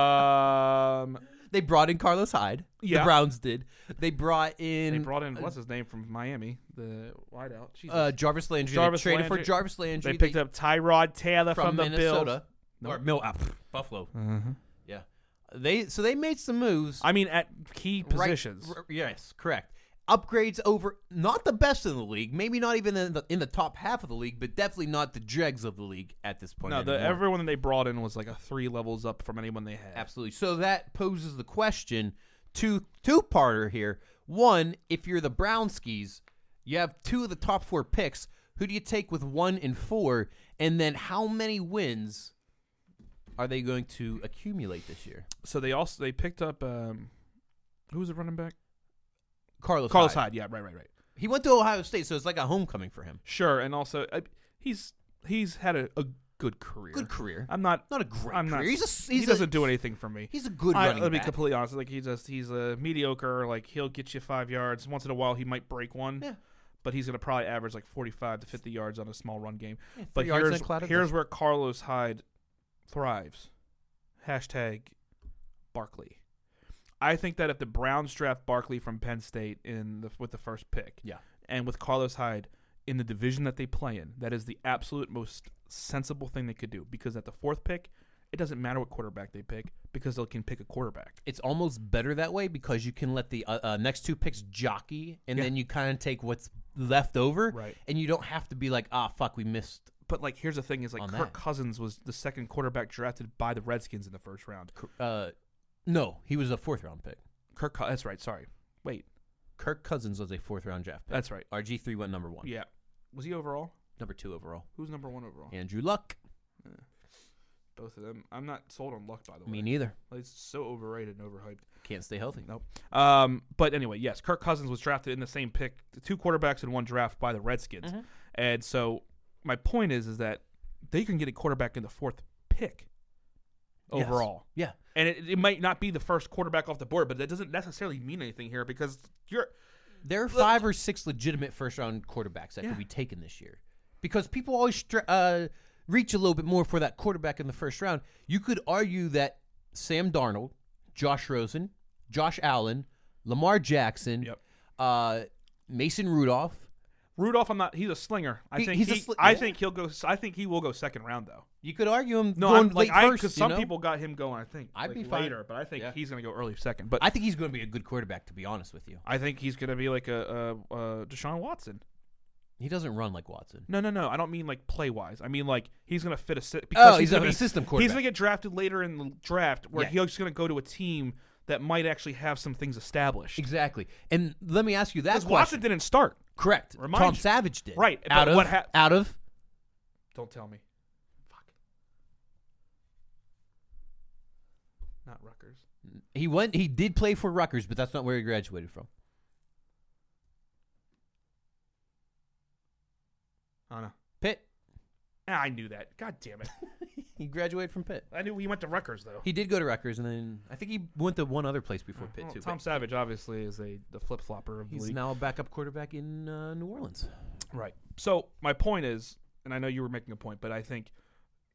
um, They brought in Carlos Hyde. Yeah. The Browns did. They brought in they brought in what's his name from Miami, the wideout. Jesus. uh, Jarvis Landry. Jarvis they traded Landry. for Jarvis Landry. they picked up Tyrod Taylor from, the Bills. Mm-hmm. Minnesota or Mil- uh, pff, Buffalo. Yeah, they so they made some moves. I mean, at key right- positions. r- yes, correct. Upgrades over not the best in the league, maybe not even in the in the top half of the league, but definitely not the dregs of the league at this point. No, the, anymore. everyone that they brought in was like a three levels up from anyone they had. Absolutely. So that poses the question two two parter here. One, if you're the Brownskis, you have two of the top four picks. Who do you take with one and four? And then how many wins are they going to accumulate this year? So they also they picked up um, who was the running back? Carlos. Carlos Hyde. Hyde. Yeah, right, right, right. He went to Ohio State, so it's like a homecoming for him. Sure, and also I, he's he's had a, a good career. Good career. I'm not. Not a great I'm career. not. he's a, he's he doesn't a, do anything for me. He's a good I, running let me be back. completely honest. Like he just he's a mediocre. Like he'll get you five yards once in a while. He might break one. Yeah. But he's gonna probably average like forty-five to fifty yards on a small run game. but three yards here's and a cloud of here's where Carlos Hyde thrives. Hashtag Barkley. I think that if the Browns draft Barkley from Penn State in the, with the first pick, Yeah. and with Carlos Hyde in the division that they play in, that is the absolute most sensible thing they could do. Because at the fourth pick, it doesn't matter what quarterback they pick because they can pick a quarterback. It's almost better that way because you can let the uh, uh, next two picks jockey, and Yeah. then you kind of take what's left over, Right. and you don't have to be like, ah, fuck, we missed. But like, here's the thing: is like On that. Kirk Cousins was the second quarterback drafted by the Redskins in the first round. Uh, no, he was a fourth round pick. Kirk, Cous- that's right. Sorry, wait, Kirk Cousins was a fourth round draft pick. that's right. RG three went number one, Yeah, was he overall? number two overall. Who's number one overall? Andrew Luck. Both of them. I'm not sold on Luck, by the way. Me neither. Like, it's so overrated and overhyped. Can't stay healthy. Nope. Um, but anyway, yes, Kirk Cousins was drafted in the same pick, two quarterbacks in one draft by the Redskins, and so my point is, is that they can get a quarterback in the fourth pick Yes. overall, Yeah. and it, it might not be the first quarterback off the board, but that doesn't necessarily mean anything here because you're There are five or six legitimate first round quarterbacks that Yeah. could be taken this year because people always stra- uh, reach a little bit more for that quarterback in the first round. You could argue that Sam Darnold, Josh Rosen, Josh Allen, Lamar Jackson, Yep. uh, Mason Rudolph. Rudolph. I'm not. He's a slinger. I He- think he's a he, sli- I yeah. think he'll go. I think he will go second round though. You could argue him No, going I'm, like late I first. because some you know? people got him going. I think I'd like, be fine. later, but I think Yeah. he's going to go early second. But I think he's going to be a good quarterback, to be honest with you. I think he's going to be like a, a, a Deshaun Watson. He doesn't run like Watson. No, no, no. I don't mean like play wise. I mean like he's going to fit a si- because Oh, he's gonna a be- system He's quarterback. going to get drafted later in the draft where Yeah. he's going to go to a team that might actually have some things established. Exactly. And let me ask you that Because question. Watson didn't start. Correct. Remind Tom you. Savage did. Right, but Out of what hap- out of Don't tell me. Fuck. Not Rutgers. He went. He did play for Rutgers, but that's not where he graduated from. I know. Pitt. [laughs] Ah, I knew that. God damn it. He graduated from Pitt. I knew he went to Rutgers though. He did go to Rutgers, and then I think he went to one other place before Pitt Well, too. Tom but Savage obviously is a the flip flopper of the he's league. now a backup quarterback in uh, New Orleans. Right. So my point is, and I know you were making a point, but I think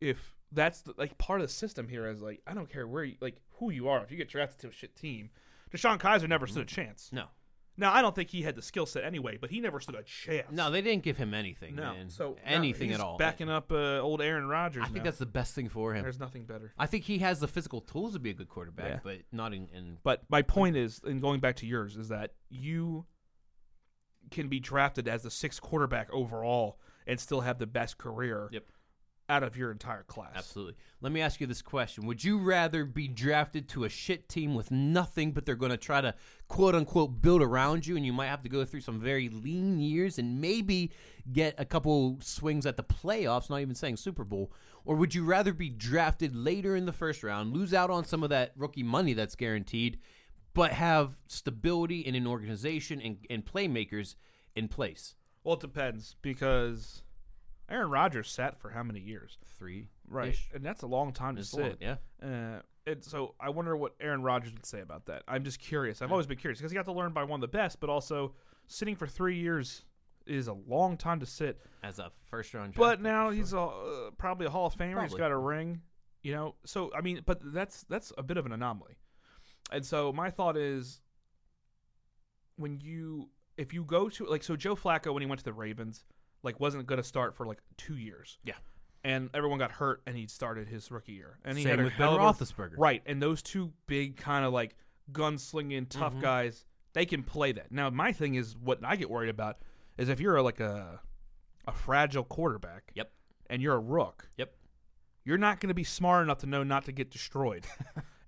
if that's the, like part of the system here is like I don't care where you, like who you are, if you get drafted to a shit team, Deshaun Kaiser never stood a chance. No, Now I don't think he had the skill set anyway, but he never stood a chance. no, they didn't give him anything. no. man. So no, anything he's at all. Backing up uh, old Aaron Rodgers. I think now. that's the best thing for him. there's nothing better. I think he has the physical tools to be a good quarterback, Yeah. but not in. in But my point is, and going back to yours, is that you can be drafted as the sixth quarterback overall and still have the best career. Yep. out of your entire class. Absolutely. Let me ask you this question. Would you rather be drafted to a shit team with nothing, but they're going to try to quote unquote build around you, and you might have to go through some very lean years and maybe get a couple swings at the playoffs, not even saying Super Bowl? Or would you rather be drafted later in the first round, lose out on some of that rookie money that's guaranteed, but have stability in an organization and, and playmakers in place? Well, it depends because Aaron Rodgers sat for how many years? Three. Right. And that's a long time to It's long, sit. yeah. Uh, and so I wonder what Aaron Rodgers would say about that. I'm just curious. I've always been curious because he got to learn by one of the best, but also sitting for three years is a long time to sit. As a first round draft. But now he's a, uh, probably a Hall of Famer. He's Probably. got a ring, you know. So I mean, but that's that's a bit of an anomaly. And so my thought is, when you if you go to like so Joe Flacco when he went to the Ravens like wasn't going to start for like two years. Yeah. And everyone got hurt, and he started his rookie year. And he Same had a with Ben hell of a- Roethlisberger. right? And those two big kind of like gunslinging tough Mm-hmm. guys, they can play that. Now my thing is what I get worried about is if you're like a a fragile quarterback, Yep. and you're a rook, Yep. you're not going to be smart enough to know not to get destroyed.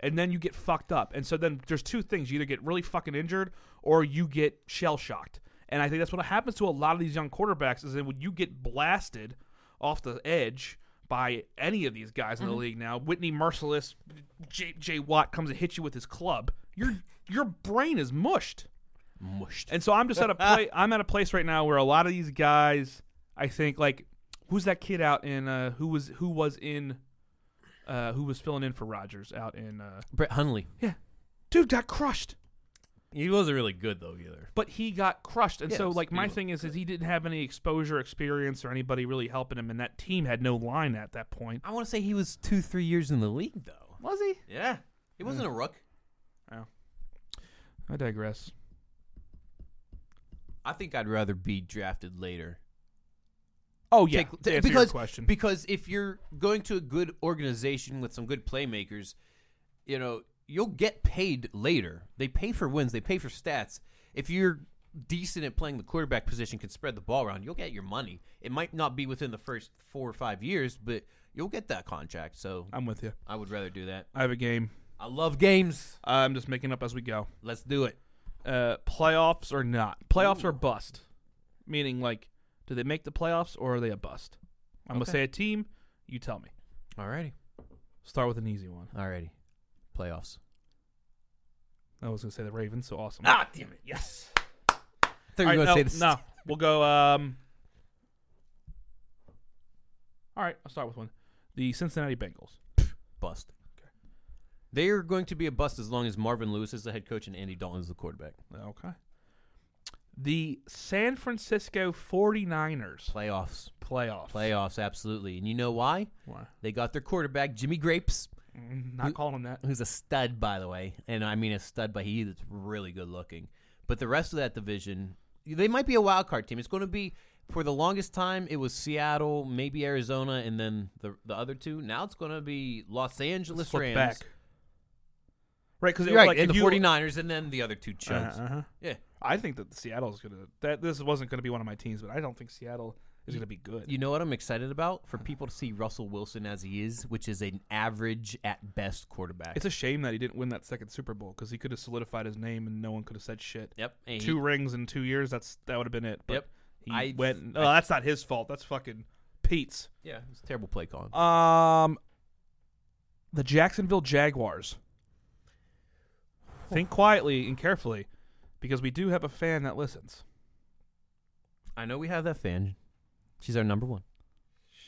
and then you get fucked up. And so then there's two things you either get really fucking injured or you get shell shocked. And I think that's what happens to a lot of these young quarterbacks is that when you get blasted off the edge by any of these guys in the league now, Whitney Merciless, J, J. Watt comes and hits you with his club, your your brain is mushed. Mushed. And so I'm just at [laughs] a play. I'm at a place right now where a lot of these guys, I think, like who's that kid out in uh, who was who was in, uh, who was filling in for Rogers out in, uh, Brett Hundley. dude got crushed, He wasn't really good though either. but he got crushed. And Yeah, so it's- like he my wasn't thing is, is he didn't have any exposure, experience, or anybody really helping him, and that team had no line at that point. I want to say he was two, three years in the league though. Was he? Yeah, he wasn't a rook. I digress. I think I'd rather be drafted later. Oh yeah, Take- to answer because your question. because if you're going to a good organization with some good playmakers, you know you'll get paid later. They pay for wins. They pay for stats. If you're decent at playing the quarterback position, can spread the ball around, you'll get your money. It might not be within the first four or five years, but you'll get that contract. So I'm with you. I would rather do that. I have a game. I love games. I'm just making up as we go. Let's do it. uh, playoffs or not. Playoffs or bust. Meaning, like, do they make the playoffs or are they a bust? I'm gonna Okay. say a team. You tell me. Alrighty, Start with an easy one. alrighty. Playoffs. I was gonna say the Ravens. So awesome. Ah, damn it. yes. [laughs] thought you All were right, going no, to say this. no, we'll go. Um. All right, I'll start with one. The Cincinnati Bengals. Bust. They are going to be a bust as long as Marvin Lewis is the head coach and Andy Dalton is the quarterback. Okay. The San Francisco 49ers Playoffs. playoffs. Playoffs, absolutely. And you know why? Why? They got their quarterback, Jimmy Grapes, Mm, Not calling them that. who's a stud, by the way. And I mean a stud, but he is really good looking. But the rest of that division, they might be a wild card team. It's going to be, for the longest time, it was Seattle, maybe Arizona, and then the, the other two. Now it's going to be Los Angeles Flip Rams. back. Right, because You're right, like, and if the you- 49ers, and then the other two chuds. Uh-huh, uh-huh. Yeah. I think that Seattle's gonna that this wasn't gonna be one of my teams, but I don't think Seattle is gonna be good. You know what I'm excited about? For people to see Russell Wilson as he is, which is an average at best quarterback. It's a shame that he didn't win that second Super Bowl because he could have solidified his name and no one could have said shit. yep. and he- Two rings in two years, that's that would have been it. But Yep. He I- went. I- Oh, that's not his fault. That's fucking Pete's. yeah, it's a terrible play calling. Um, the Jacksonville Jaguars. Think quietly and carefully, because we do have a fan that listens. I know we have that fan. She's our number one.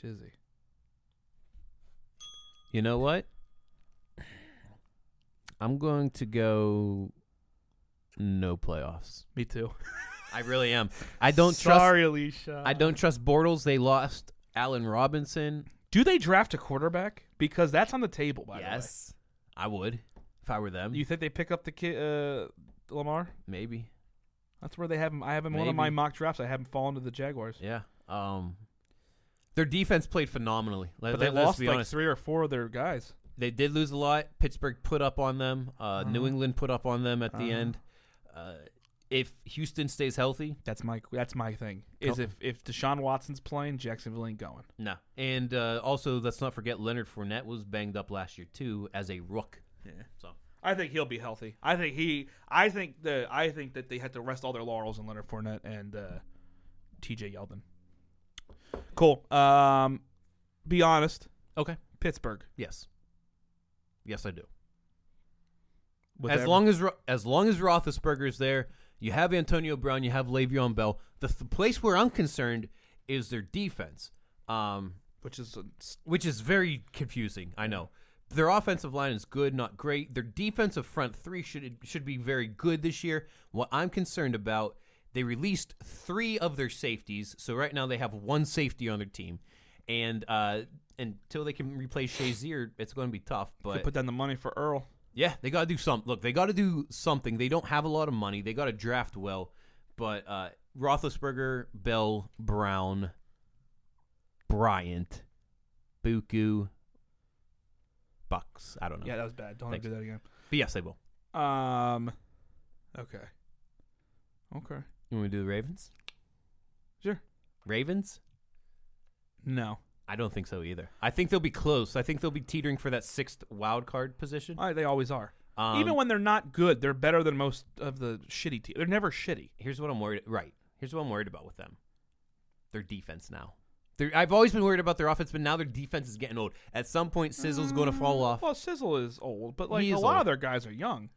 Shizzy. You know what? I'm going to go no playoffs. Me too. I really am. I don't trust Sorry, Alicia. I don't trust Bortles. They lost Allen Robinson. Do they draft a quarterback? Because that's on the table, by yes. I would if I were the them. way. You think they pick up the kid uh, Lamar? Maybe. That's where they have him. I have him in one of my Maybe. mock drafts. I have him fall into the Jaguars. Yeah. Um their defense played phenomenally. Let, But they let- let's lost be like honest. three or four of their guys. They did lose a lot. Pittsburgh put up on them. Uh, New Uh-huh. England put up on them at the Uh-huh. end. Uh, if Houston stays healthy, That's my that's my thing. Is if if Deshaun Watson's playing, Jacksonville ain't going. no. And uh, also, let's not forget Leonard Fournette was banged up last year too as a rook. Yeah. So I think he'll be healthy. I think he. I think the. I think that they had to rest all their laurels on Leonard Fournette and uh, T.J. Yeldon. Cool. Um, be honest, okay. Pittsburgh. Yes. Yes, I do. with As every- long as Ro- as long as Roethlisberger is there, you have Antonio Brown, you have Le'Veon Bell. The th- place where I'm concerned is their defense, um, which is a s- which is very confusing. I know their offensive line is good, not great. Their defensive front three should should be very good this year. What I'm concerned about, they released three of their safeties, so right now they have one safety on their team, and uh, until they can replace Shazier, it's going to be tough. But put down the money for Earl. yeah, they got to do something. Look, they got to do something. They don't have a lot of money. They got to draft well, but uh, Roethlisberger, Bell, Brown, Bryant, Buku, Bucks. I don't know. Yeah, that was bad. Don't Thanks. do that again. But yes, they will. Um, okay, okay. You want me to do the Ravens? Sure. Ravens? No, I don't think so either. I think they'll be close. I think they'll be teetering for that sixth wild card position. I, they always are. Um, Uh, Even when they're not good, they're better than most of the shitty teams. They're never shitty. here's what I'm worried. Right. Here's what I'm worried about with them. Their defense now. Their, I've always been worried about their offense, but now their defense is getting old. At some point, Sizzle's going to fall off. Well, Sizzle is old, but like He a is lot of old. their guys are young.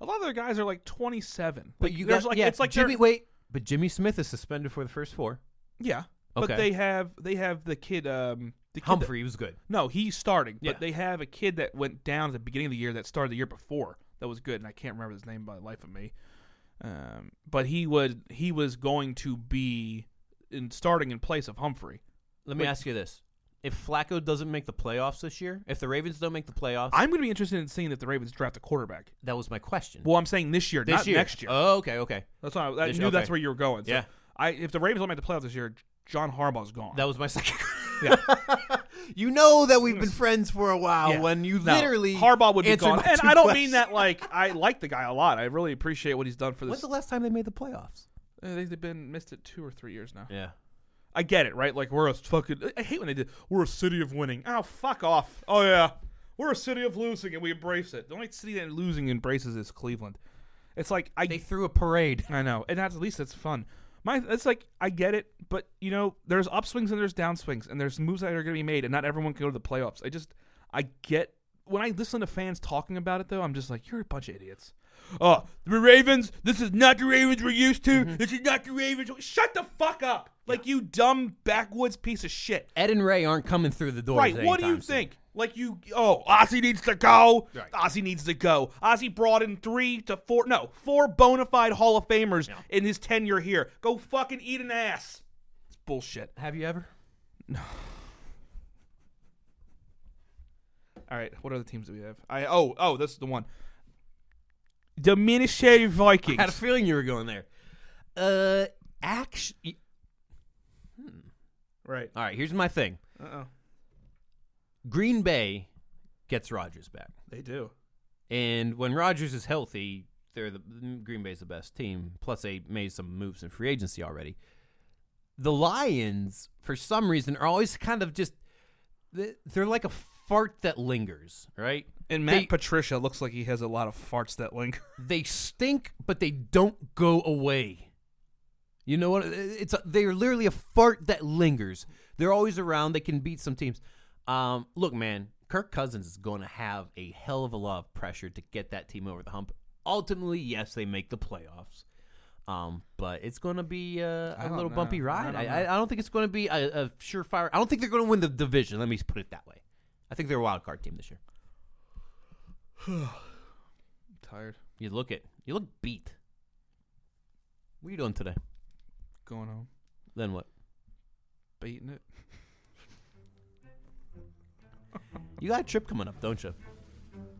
A lot of their guys are like 27. But Like, you there's guys, like yeah, it's like they're- Jimmy. Wait, but Jimmy Smith is suspended for the first four. yeah. But Okay. they have they have the kid um the kid that- Humphrey was good. no, he's starting, Yeah. but they have a kid that went down at the beginning of the year that started the year before. That was good, and I can't remember his name by the life of me. Um, but he would he was going to be in starting in place of Humphrey. Let me ask you this: If Flacco doesn't make the playoffs this year, if the Ravens don't make the playoffs, I'm going to be interested in seeing if the Ravens draft a quarterback. that was my question. Well, I'm saying this year, this not year, next year. Oh, okay, okay. that's why I, I this- knew that's okay. where you were going. So Yeah. I if the Ravens don't make the playoffs this year, John Harbaugh's gone. That was my [laughs] second. Yeah. you know that we've been friends for a while Yeah. when you No, literally Harbaugh would be answered gone, my and two I don't mean questions. that like I like the guy a lot. I really appreciate what he's done for When's this. the last time they made the playoffs? I think they've been missed it two or three years now. Yeah. I get it, right? Like we're a fucking. I hate when they did. We're a city of winning. Oh, fuck off. Oh yeah, we're a city of losing, and we embrace it. The only city that losing embraces is Cleveland. It's like I, They threw a parade. I know, and that's at least it's fun. My, it's like I get it, but you know, there's upswings and there's downswings, and there's moves that are going to be made, and not everyone can go to the playoffs. I just, I get when I listen to fans talking about it though, I'm just like, you're a bunch of idiots. Oh, the Ravens, this is not the Ravens we're used to. This is not the Ravens. Shut the fuck up, like you dumb backwoods piece of shit. Ed and Ray aren't coming through the door. Right. What do you think? Like you, oh, Ozzy needs to go. Right. Ozzy needs to go. Ozzy brought in three to four, no, four bona fide Hall of Famers in his tenure here. Go fucking eat an ass. It's bullshit. Have you ever? All right, what other teams do we have? I oh oh, this is the one. Dominican Vikings. Had a feeling you were going there. Uh, actually, right. all right. Here's my thing. Uh oh. Green Bay gets Rodgers back, They do. and when Rodgers is healthy, they're the Green Bay's the best team. Plus, they made some moves in free agency already. The Lions, for some reason, are always kind of just they- they're like a fart that lingers, right? And Matt Matt Patricia looks like he has a lot of farts that linger. [laughs] they stink, but they don't go away. You know what? It's a, they're literally a fart that lingers. They're always around. They can beat some teams. Um, look, man, Kirk Cousins is going to have a hell of a lot of pressure to get that team over the hump. Ultimately, yes, they make the playoffs. Um, but it's going to be uh, I a don't little know. bumpy I ride. don't I, I, I don't think it's going to be a, a surefire. I don't think they're going to win the division. Let me put it that way. I think they're a wild card team this year. tired. You look it. You look beat. What are you doing today? Going home. Then what? Beating it. You got a trip coming up, don't you?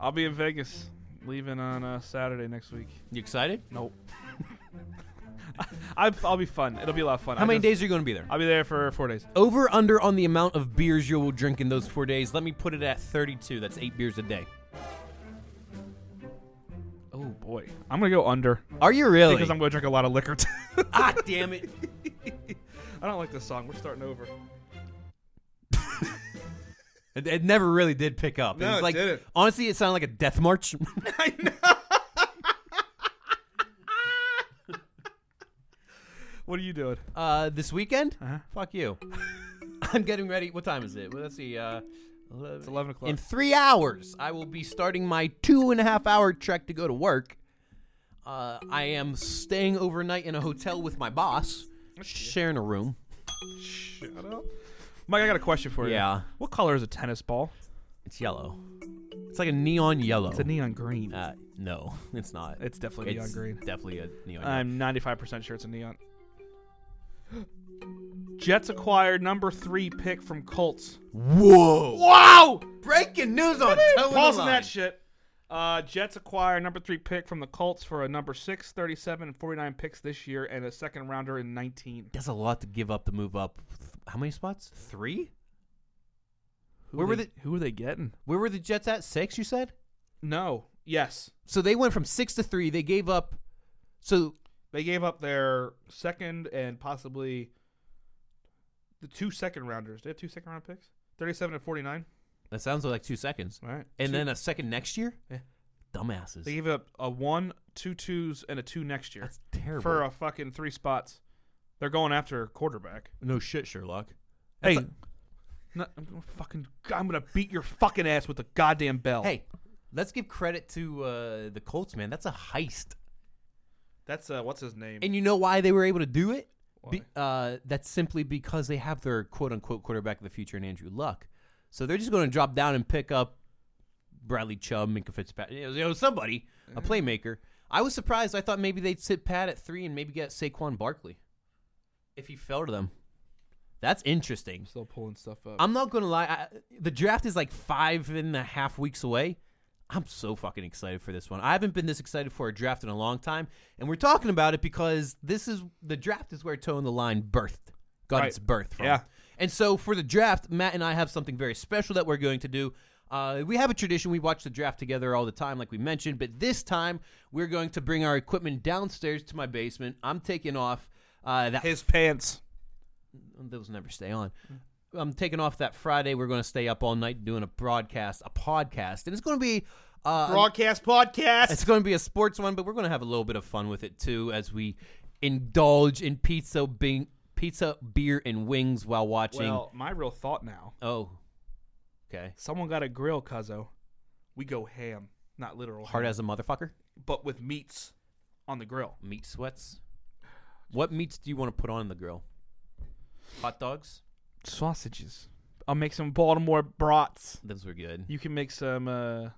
I'll be in Vegas. Leaving on uh, Saturday next week. You excited? Nope. [laughs] I, I'll be fun. It'll be a lot of fun. How I many just- days are you going to be there? I'll be there for four days. Over under on the amount of beers you will drink in those four days. Let me put it at 32. That's eight beers a day. Oh boy, I'm gonna go under Are you really? because I'm gonna drink a lot of liquor. Too. ah, damn it. [laughs] I don't like this song. We're starting over. It, it never really did pick up. No, was it like didn't. honestly, it sounded like a death march. [laughs] I know. what are you doing? uh, this weekend, Uh-huh. fuck you. [laughs] I'm getting ready. What time is it? Well, let's see. Uh, It's 11 o'clock. in three hours, I will be starting my two and a half hour trek to go to work. Uh, I am staying overnight in a hotel with my boss, sharing a room. Shut up. Mike, I got a question for you. Yeah. What color is a tennis ball? It's yellow. It's like a neon yellow. It's a neon green. uh, no, [laughs] it's not. it's definitely neon It's green. Definitely a neon. yellow. I'm 95% sure it's a neon. [gasps] Jets acquired number three pick from Colts. Whoa! Wow! Breaking news on Toe in the Pausing Line. that shit. Uh, Jets acquire number three pick from the Colts for a number six, 37, and 49 picks this year and a second rounder in 19. That's a lot to give up to move up. How many spots? Three. Where were they, Who were they getting? Where were the Jets at? Six, you said. No. Yes. So they went from six to three. They gave up. So They gave up their second and possibly the two second rounders. They have two second round picks, thirty-seven and forty-nine. that sounds like two seconds, All right, and Two- then a second next year. Yeah. Dumbasses. they gave up a one, two twos, and a two next year That's terrible. for a fucking three spots. They're going after quarterback. no shit, Sherlock. hey, no, I'm gonna fucking, I'm gonna beat your fucking ass with a goddamn bell. Hey, let's give credit to uh, the Colts, man. That's a heist. that's uh, what's his name? And you know why they were able to do it? Why? Be, uh, that's simply because they have their quote unquote quarterback of the future in Andrew Luck. So they're just going to drop down and pick up Bradley Chubb, Minka Fitzpatrick, you know, somebody, a playmaker. I was surprised. I thought maybe they'd sit pat at three and maybe get Saquon Barkley if he fell to them. That's interesting. Still pulling stuff up. I'm not going to lie. I, the draft is like five and a half weeks away. I'm so fucking excited for this one. I haven't been this excited for a draft in a long time, and we're talking about it because this is the draft is where Toe in the Line birthed, got Right. its birth from. Yeah. And so for the draft, Matt and I have something very special that we're going to do. Uh, we have a tradition. We watch the draft together all the time, like we mentioned, but this time we're going to bring our equipment downstairs to my basement. I'm taking off uh, that his pants. those never stay on. I'm taking off that Friday. We're going to stay up all night doing a broadcast, a podcast, and it's going to be Um, uh, Broadcast podcast. it's going to be a sports one, but we're going to have a little bit of fun with it too as we indulge in pizza, bing, pizza, beer, and wings while watching. Well, my real thought now. oh, okay, Someone got a grill, cuzzo. We go ham, not literal, hard ham, as a motherfucker. but with meats on the grill. Meat sweats. What meats do you want to put on the grill? Hot dogs. Sausages. I'll make some Baltimore brats. Those were good. You can make some uh,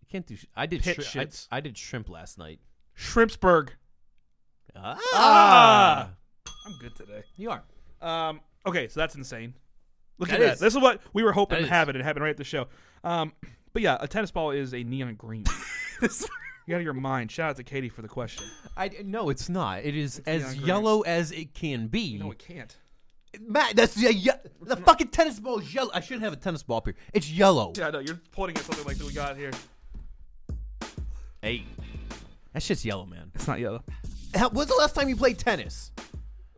You can't do. Sh- I did. Pit shri- I- shits. I, did shrimp last night. shrimpsburg. Ah, Ah! I'm good today. you [laughs] are. Um, okay, so that's insane. Look That at is. that. This is what we were That hoping to is. have it. It happened right at the show. Um, but yeah, a tennis ball is a neon green. This- you out of your mind. Shout out to Katie for the question. I no, it's not. It is as neon green. yellow as it can be. No, it can't. Matt, that's the, ye- the fucking tennis ball is yellow. I should have a tennis ball up here. It's yellow. Yeah, no, you're pointing at something like that we got here. Hey, that shit's yellow, man. It's not yellow. How, when's the last time you played tennis?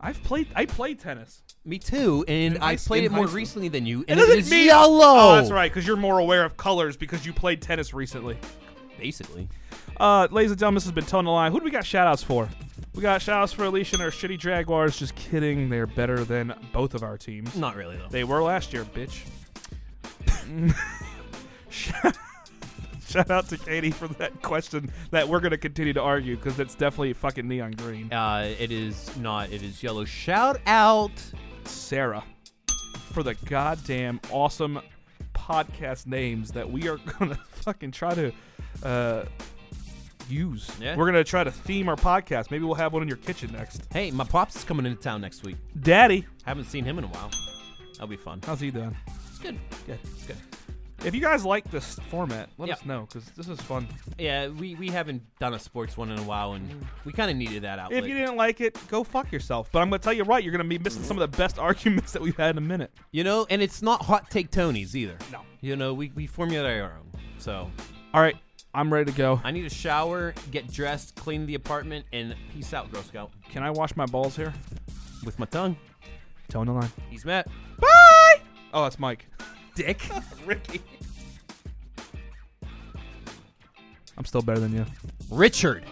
I've played. I played tennis. Me too, and I high- played in it high more school. recently than you. And it is yellow. Oh, that's right, because you're more aware of colors because you played tennis recently. Basically, Uh, ladies and gentlemen, this has been Tone the Line. Who do we got shout outs for? We got shout outs for Alicia and our shitty Jaguars. Just kidding. They're better than both of our teams. not really though. They were last year, bitch. [laughs] shout shout out to Katie for that question that we're going to continue to argue because that's definitely fucking neon green. Uh, it is not. It is yellow. Shout out. Sarah for the goddamn awesome podcast names that we are [laughs] gonna fucking try to uh, use. Yeah. We're gonna try to theme our podcast. Maybe we'll have one in your kitchen next. Hey, my pops is coming into town next week. Daddy, Haven't seen him in a while. That'll be fun. how's he doing? It's good. Good. It's good. If you guys like this format, let Yep. us know because this is fun. Yeah, we, we haven't done a sports one in a while, and we kind of needed that outlet. If you didn't like it, go fuck yourself. But I'm gonna tell you right, you're gonna be missing some of the best [laughs] arguments that we've had in a minute. You know, and it's not hot take Tonys either. No. You know, we, we formulate our own. So All right, I'm ready to go. I need a shower, get dressed, clean the apartment, and peace out, Girl Scout. Can I wash my balls here? With my tongue. Tone the line. He's Matt. Bye. Oh, that's Mike. [laughs] Dick. Ricky. I'm still better than you. Richard.